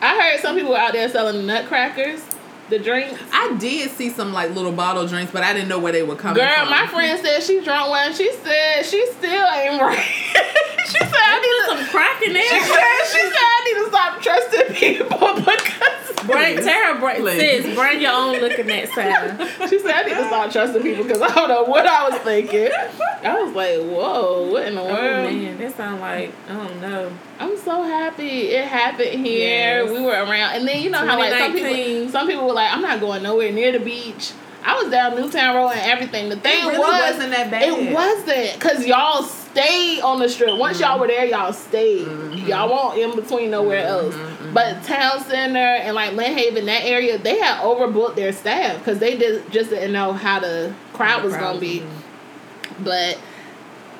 Speaker 6: I heard some people out there selling nutcrackers, the drinks.
Speaker 1: I did see some like little bottle drinks, but I didn't know where they were coming
Speaker 6: Girl,
Speaker 1: from.
Speaker 6: my friend said she drunk one. She said she still ain't right. she said I need to.
Speaker 2: Some crack in
Speaker 6: She
Speaker 2: there.
Speaker 6: said, she said I need to stop trusting people because
Speaker 2: Bring Tara, bring
Speaker 1: Please.
Speaker 2: sis, bring your own looking at Sarah.
Speaker 6: she said I need to stop trusting people because I don't know what I was thinking. I was like, whoa, what in the
Speaker 2: Oh
Speaker 6: world?
Speaker 2: man, that sound like I don't know.
Speaker 6: I'm so happy it happened here.
Speaker 2: Yes.
Speaker 6: We were around, and then you know how like some people,
Speaker 2: 2019.
Speaker 6: some people were like, I'm not going nowhere near the beach. I was down Newtown Road and everything. The thing
Speaker 1: really
Speaker 6: was,
Speaker 1: wasn't that bad.
Speaker 6: It wasn't because y'all stayed on the strip. Once y'all
Speaker 1: Mm-hmm.
Speaker 6: were there, y'all stayed. Y'all won't in between nowhere
Speaker 1: Mm-hmm,
Speaker 6: else. But town center and like Lynn Haven, that area, they had overbooked their staff
Speaker 1: mm-hmm.
Speaker 6: because they did, just didn't know how the crowd was
Speaker 1: crowd
Speaker 6: gonna
Speaker 1: was
Speaker 6: be. But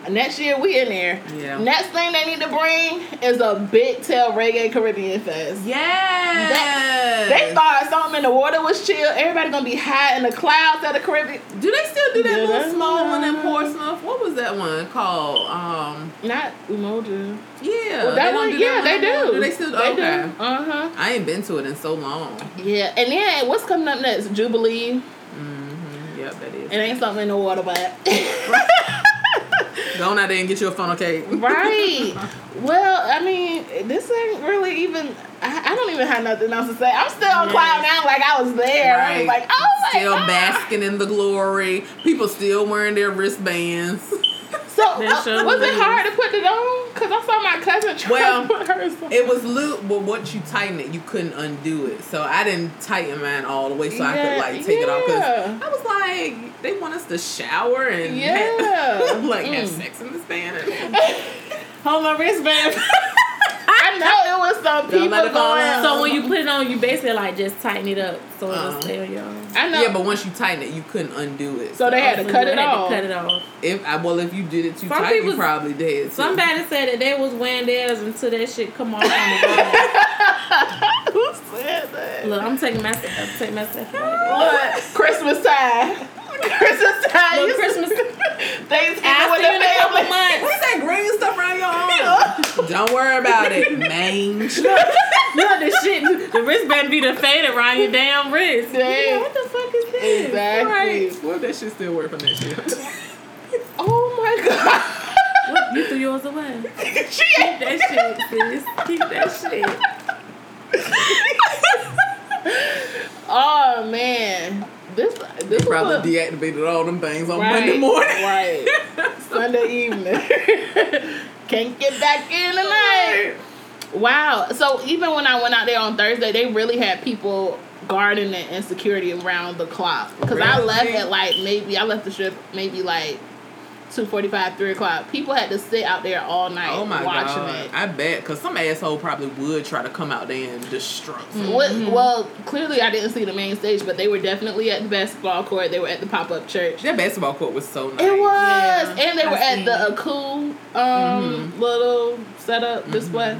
Speaker 6: Next year we in there.
Speaker 1: Yeah.
Speaker 6: Next thing they need to bring is a big tail reggae Caribbean fest.
Speaker 1: Yes.
Speaker 6: They started something. The water was chill. Everybody gonna be high in the clouds at the Caribbean.
Speaker 1: do they still do that
Speaker 6: Do
Speaker 1: little
Speaker 6: they?
Speaker 1: small one in Portsmouth? What was that one called? Um,
Speaker 6: Not Umoja.
Speaker 1: yeah,
Speaker 6: Well,
Speaker 1: Oh, they
Speaker 6: that
Speaker 1: don't
Speaker 6: one,
Speaker 1: do
Speaker 6: yeah, they
Speaker 1: anymore?
Speaker 6: do.
Speaker 1: Do they still?
Speaker 6: They
Speaker 1: okay,
Speaker 6: do. Uh huh.
Speaker 1: I ain't been to it in so long.
Speaker 6: Yeah, and then what's coming up next? Jubilee.
Speaker 1: Yep, that
Speaker 6: It
Speaker 1: is.
Speaker 6: ain't something in the water, but
Speaker 1: Go on out there and get you a funnel cake.
Speaker 6: right. Well, I mean, this ain't really even. I, I don't even have nothing else to say. I'm still on cloud now, like I was there. I
Speaker 1: Right.
Speaker 6: was like, oh my
Speaker 1: Still
Speaker 6: god.
Speaker 1: basking in the glory. People still wearing their wristbands.
Speaker 6: So uh,
Speaker 2: That sure
Speaker 6: was it
Speaker 2: was.
Speaker 6: hard to put it on? Cause I saw my cousin try
Speaker 1: Well,
Speaker 6: to put hers on.
Speaker 1: It was loop, but once you tighten it, you couldn't undo it. So I didn't tighten mine all the way, so I could
Speaker 6: Yeah,
Speaker 1: like take it off.
Speaker 6: yeah.
Speaker 1: Cause I was like, they want us to shower and
Speaker 6: Yeah.
Speaker 1: have, like have
Speaker 6: Mm.
Speaker 1: sex in the sand. And
Speaker 6: Hold my wristband. I know it was some
Speaker 1: Don't
Speaker 6: people
Speaker 1: let it fall
Speaker 6: going.
Speaker 1: out.
Speaker 2: So when you put it on, you basically like just tighten it up so it'll
Speaker 1: Uh-huh.
Speaker 2: stay on your Oh, own.
Speaker 6: I know.
Speaker 1: Yeah, but once you tighten it, you couldn't undo it.
Speaker 6: so they had to cut it
Speaker 2: Had to
Speaker 6: off.
Speaker 2: Cut it off.
Speaker 1: if I well, if you did it too
Speaker 2: Some
Speaker 1: tight, you
Speaker 2: people's-
Speaker 1: probably did. too.
Speaker 2: Somebody said that they was wearing theirs until that shit come off on the wall.
Speaker 6: Who said that?
Speaker 2: Look, I'm taking my I'm taking my stuff. out.
Speaker 6: Look, Christmas time. Christmas time.
Speaker 2: Look,
Speaker 6: you-
Speaker 2: Christmas.
Speaker 6: Thanksgiving
Speaker 2: I'll
Speaker 6: with
Speaker 2: see you
Speaker 6: the
Speaker 2: in a couple
Speaker 6: family.
Speaker 2: months.
Speaker 1: Where's that green stuff around your arm? Don't worry about it, mange.
Speaker 2: Look, the shit, the wristband be the fade around your damn wrist.
Speaker 6: Dang.
Speaker 2: Yeah, what the fuck is this?
Speaker 6: Exactly.
Speaker 2: Right.
Speaker 1: Well, that shit still work on that shit.
Speaker 6: Oh my god.
Speaker 2: What? You threw yours away.
Speaker 6: She ain't
Speaker 2: That shit, sis. Keep that shit.
Speaker 6: Oh man. This this was a-
Speaker 1: Probably deactivated all them things on
Speaker 6: right,
Speaker 1: Monday morning.
Speaker 6: Right. Sunday evening. Can't get back in tonight. Wow. So even when I went out there on Thursday, they really had people guarding it and security around the clock. Because I
Speaker 1: Really?
Speaker 6: left at like maybe I left the strip maybe like two forty five, three o'clock. People had to sit out there all night
Speaker 1: Oh my
Speaker 6: watching
Speaker 1: god!
Speaker 6: it.
Speaker 1: I bet, cause some asshole probably would try to come out there and destruct. it.
Speaker 6: What- Well, clearly I didn't see the main stage, but they were definitely at the basketball court. They were at the pop up church.
Speaker 1: That basketball court was so nice.
Speaker 6: It was,
Speaker 2: Yeah,
Speaker 6: and they
Speaker 2: I Mm-hmm.
Speaker 6: were at
Speaker 2: seen
Speaker 6: the Aku um little setup
Speaker 2: Mm-hmm.
Speaker 6: display.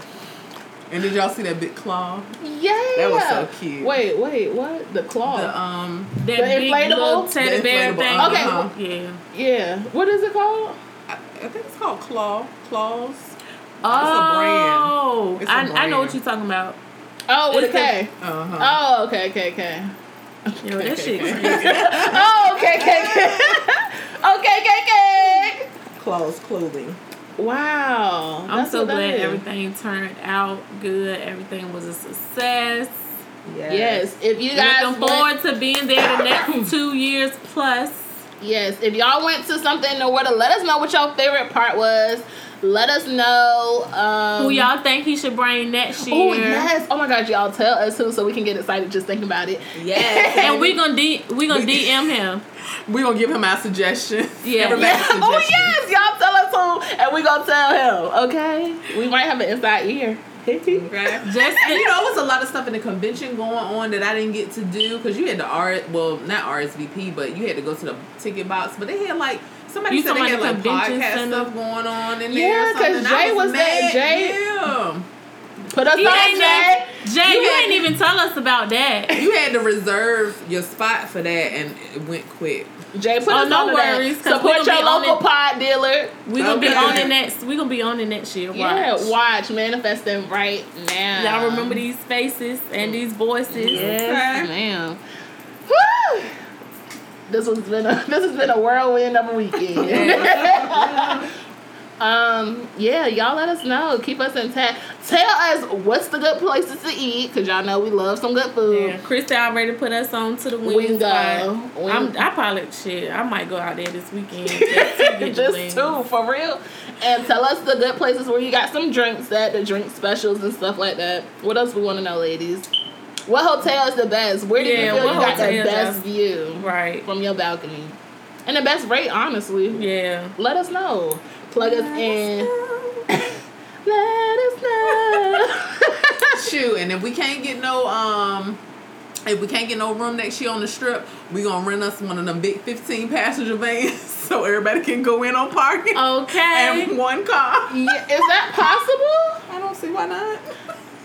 Speaker 1: And did y'all see that big claw?
Speaker 6: Yeah,
Speaker 1: That was so cute.
Speaker 6: Wait, wait, what? The claw?
Speaker 1: The um,
Speaker 2: That
Speaker 6: The
Speaker 2: big little
Speaker 6: inflatable?
Speaker 2: teddy
Speaker 1: The
Speaker 2: bear
Speaker 1: inflatable,
Speaker 2: thing.
Speaker 1: uh-huh.
Speaker 2: Yeah.
Speaker 6: yeah. What is it called?
Speaker 1: I, I think it's called claw claws.
Speaker 2: Oh,
Speaker 1: It's a
Speaker 2: I, I know
Speaker 1: brand.
Speaker 2: what you're talking about.
Speaker 6: Oh, with a
Speaker 2: It's
Speaker 6: K.
Speaker 1: Uh huh.
Speaker 6: Oh, okay, okay, okay.
Speaker 2: Yo, that shit
Speaker 6: okay.
Speaker 2: crazy.
Speaker 6: Oh, okay, okay, okay. okay, okay,
Speaker 2: Oh.
Speaker 1: Claws clothing.
Speaker 6: okay. Wow.
Speaker 2: I'm
Speaker 6: that's
Speaker 2: so
Speaker 6: what that
Speaker 2: glad
Speaker 6: is.
Speaker 2: everything turned out good. Everything was a success.
Speaker 6: Yes, if you guys
Speaker 2: Looking
Speaker 6: went-
Speaker 2: forward to being there the next two years plus.
Speaker 6: Yes, if y'all went to something in the water, let us know what your favorite part was. Let us know um,
Speaker 2: Who y'all think he should bring next year?
Speaker 6: Oh yes! Oh my God, y'all tell us who so we can get excited just thinking about it.
Speaker 1: Yes.
Speaker 2: And we gonna D we gonna DM him.
Speaker 1: we gonna give him our suggestions.
Speaker 2: Yeah.
Speaker 1: Everybody's suggestions.
Speaker 6: Oh yes, y'all tell us who, and we gonna tell him. Okay, we might have an inside ear.
Speaker 1: Okay.
Speaker 2: Just
Speaker 1: And you know, it was a lot of stuff in the convention going on that I didn't get to do because you had to R well, not RSVP, but you had to go to the ticket box. But they had like somebody
Speaker 2: You
Speaker 1: said they
Speaker 2: talking
Speaker 1: had
Speaker 2: about
Speaker 1: like
Speaker 2: the
Speaker 1: podcast
Speaker 2: convention center?
Speaker 1: stuff going on in
Speaker 6: Yeah,
Speaker 1: there.
Speaker 6: 'cause
Speaker 1: because
Speaker 6: Jay was there. Jay-
Speaker 1: yeah.
Speaker 6: Put us
Speaker 2: He
Speaker 6: on,
Speaker 2: ain't
Speaker 6: Jay.
Speaker 2: even- Jay, you,
Speaker 1: You had-
Speaker 2: ain't even tell us about that.
Speaker 1: You had to reserve your spot for that, and it went quick.
Speaker 6: Jay, put
Speaker 2: Oh,
Speaker 6: us
Speaker 2: no
Speaker 6: on to
Speaker 2: worries,
Speaker 6: that.
Speaker 2: 'cause we gonna
Speaker 6: Support your
Speaker 2: be on
Speaker 6: local
Speaker 2: it.
Speaker 6: pod dealer.
Speaker 2: We gonna be
Speaker 1: Okay.
Speaker 2: on the next. We gonna be on the next year. Watch.
Speaker 6: Yeah, watch manifesting right now.
Speaker 2: Y'all remember these faces and these voices.
Speaker 6: Yes, ma'am. Woo! This has been a this has been a whirlwind of a weekend. um, yeah, y'all let us know. Keep us in tag. Tell us what's the good places to eat, cause y'all know we love some good food.
Speaker 2: Yeah, Krista already put us on to the wings.
Speaker 6: Wingo.
Speaker 2: like,
Speaker 6: Wing-
Speaker 2: I'm, I probably shit. I might go out there this weekend. just to get the
Speaker 6: Just
Speaker 2: wings.
Speaker 6: two for real, and tell us the good places where you got some drinks at the drink specials and stuff like that. What else we want to know, ladies? What hotel is the best? Where do
Speaker 2: Yeah,
Speaker 6: you feel
Speaker 2: what
Speaker 6: you got the
Speaker 2: hotel is
Speaker 6: best
Speaker 2: best?
Speaker 6: view?
Speaker 2: Right.
Speaker 6: from your balcony. And the best rate, honestly.
Speaker 2: Yeah.
Speaker 6: Let us know. Plug us in. Let us know.
Speaker 1: Shoot, and if we can't get no um If we can't get no room next year on the strip, we gonna rent us one of them big fifteen passenger vans so everybody can go in on parking
Speaker 2: Okay.
Speaker 1: and one car.
Speaker 6: Yeah, is that possible?
Speaker 1: I don't see why not.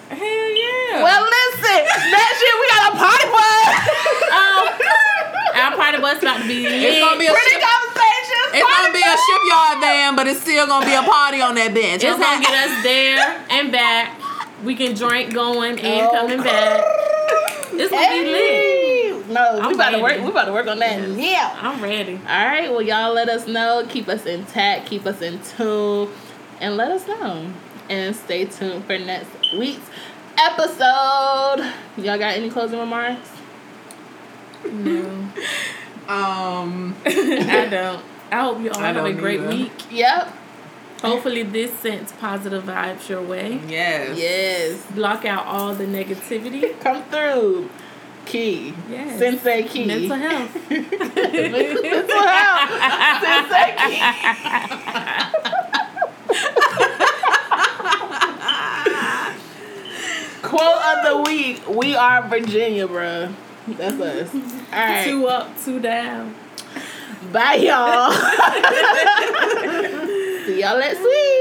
Speaker 2: Hell yeah.
Speaker 6: Well, listen, next year we got a party bus.
Speaker 2: um, our party bus about to be lit.
Speaker 1: It's gonna be a
Speaker 6: Pretty
Speaker 1: ship,
Speaker 6: conversations.
Speaker 1: it's gonna be a shipyard van, but it's still gonna be a party on that bench.
Speaker 2: It's gonna
Speaker 1: okay?
Speaker 2: get us there and back. We can drink going and coming back. It's gonna be lit.
Speaker 6: Hey. No,
Speaker 2: I'm
Speaker 6: we about to work.
Speaker 2: ready.
Speaker 6: We about to work on that. Yeah.
Speaker 2: I'm ready.
Speaker 6: All right. Well, y'all let us know. Keep us intact. Keep us in tune, and let us know. And stay tuned for next week's episode. Y'all got any closing remarks?
Speaker 2: No,
Speaker 1: um
Speaker 2: I don't. I hope you all
Speaker 1: I
Speaker 2: have a
Speaker 1: don't
Speaker 2: great
Speaker 1: either.
Speaker 2: week.
Speaker 6: Yep.
Speaker 2: Hopefully, this sends positive vibes your way.
Speaker 1: Yes.
Speaker 6: Yes.
Speaker 2: Block out all the negativity.
Speaker 6: Come through. Key.
Speaker 2: Yes.
Speaker 6: Sensei Key.
Speaker 2: Mental health.
Speaker 6: Mental health. Sensei Key. Quote of the week. We are Virginia, bruh. That's us. All right.
Speaker 2: Two up, two down.
Speaker 6: Bye, y'all. See y'all next week.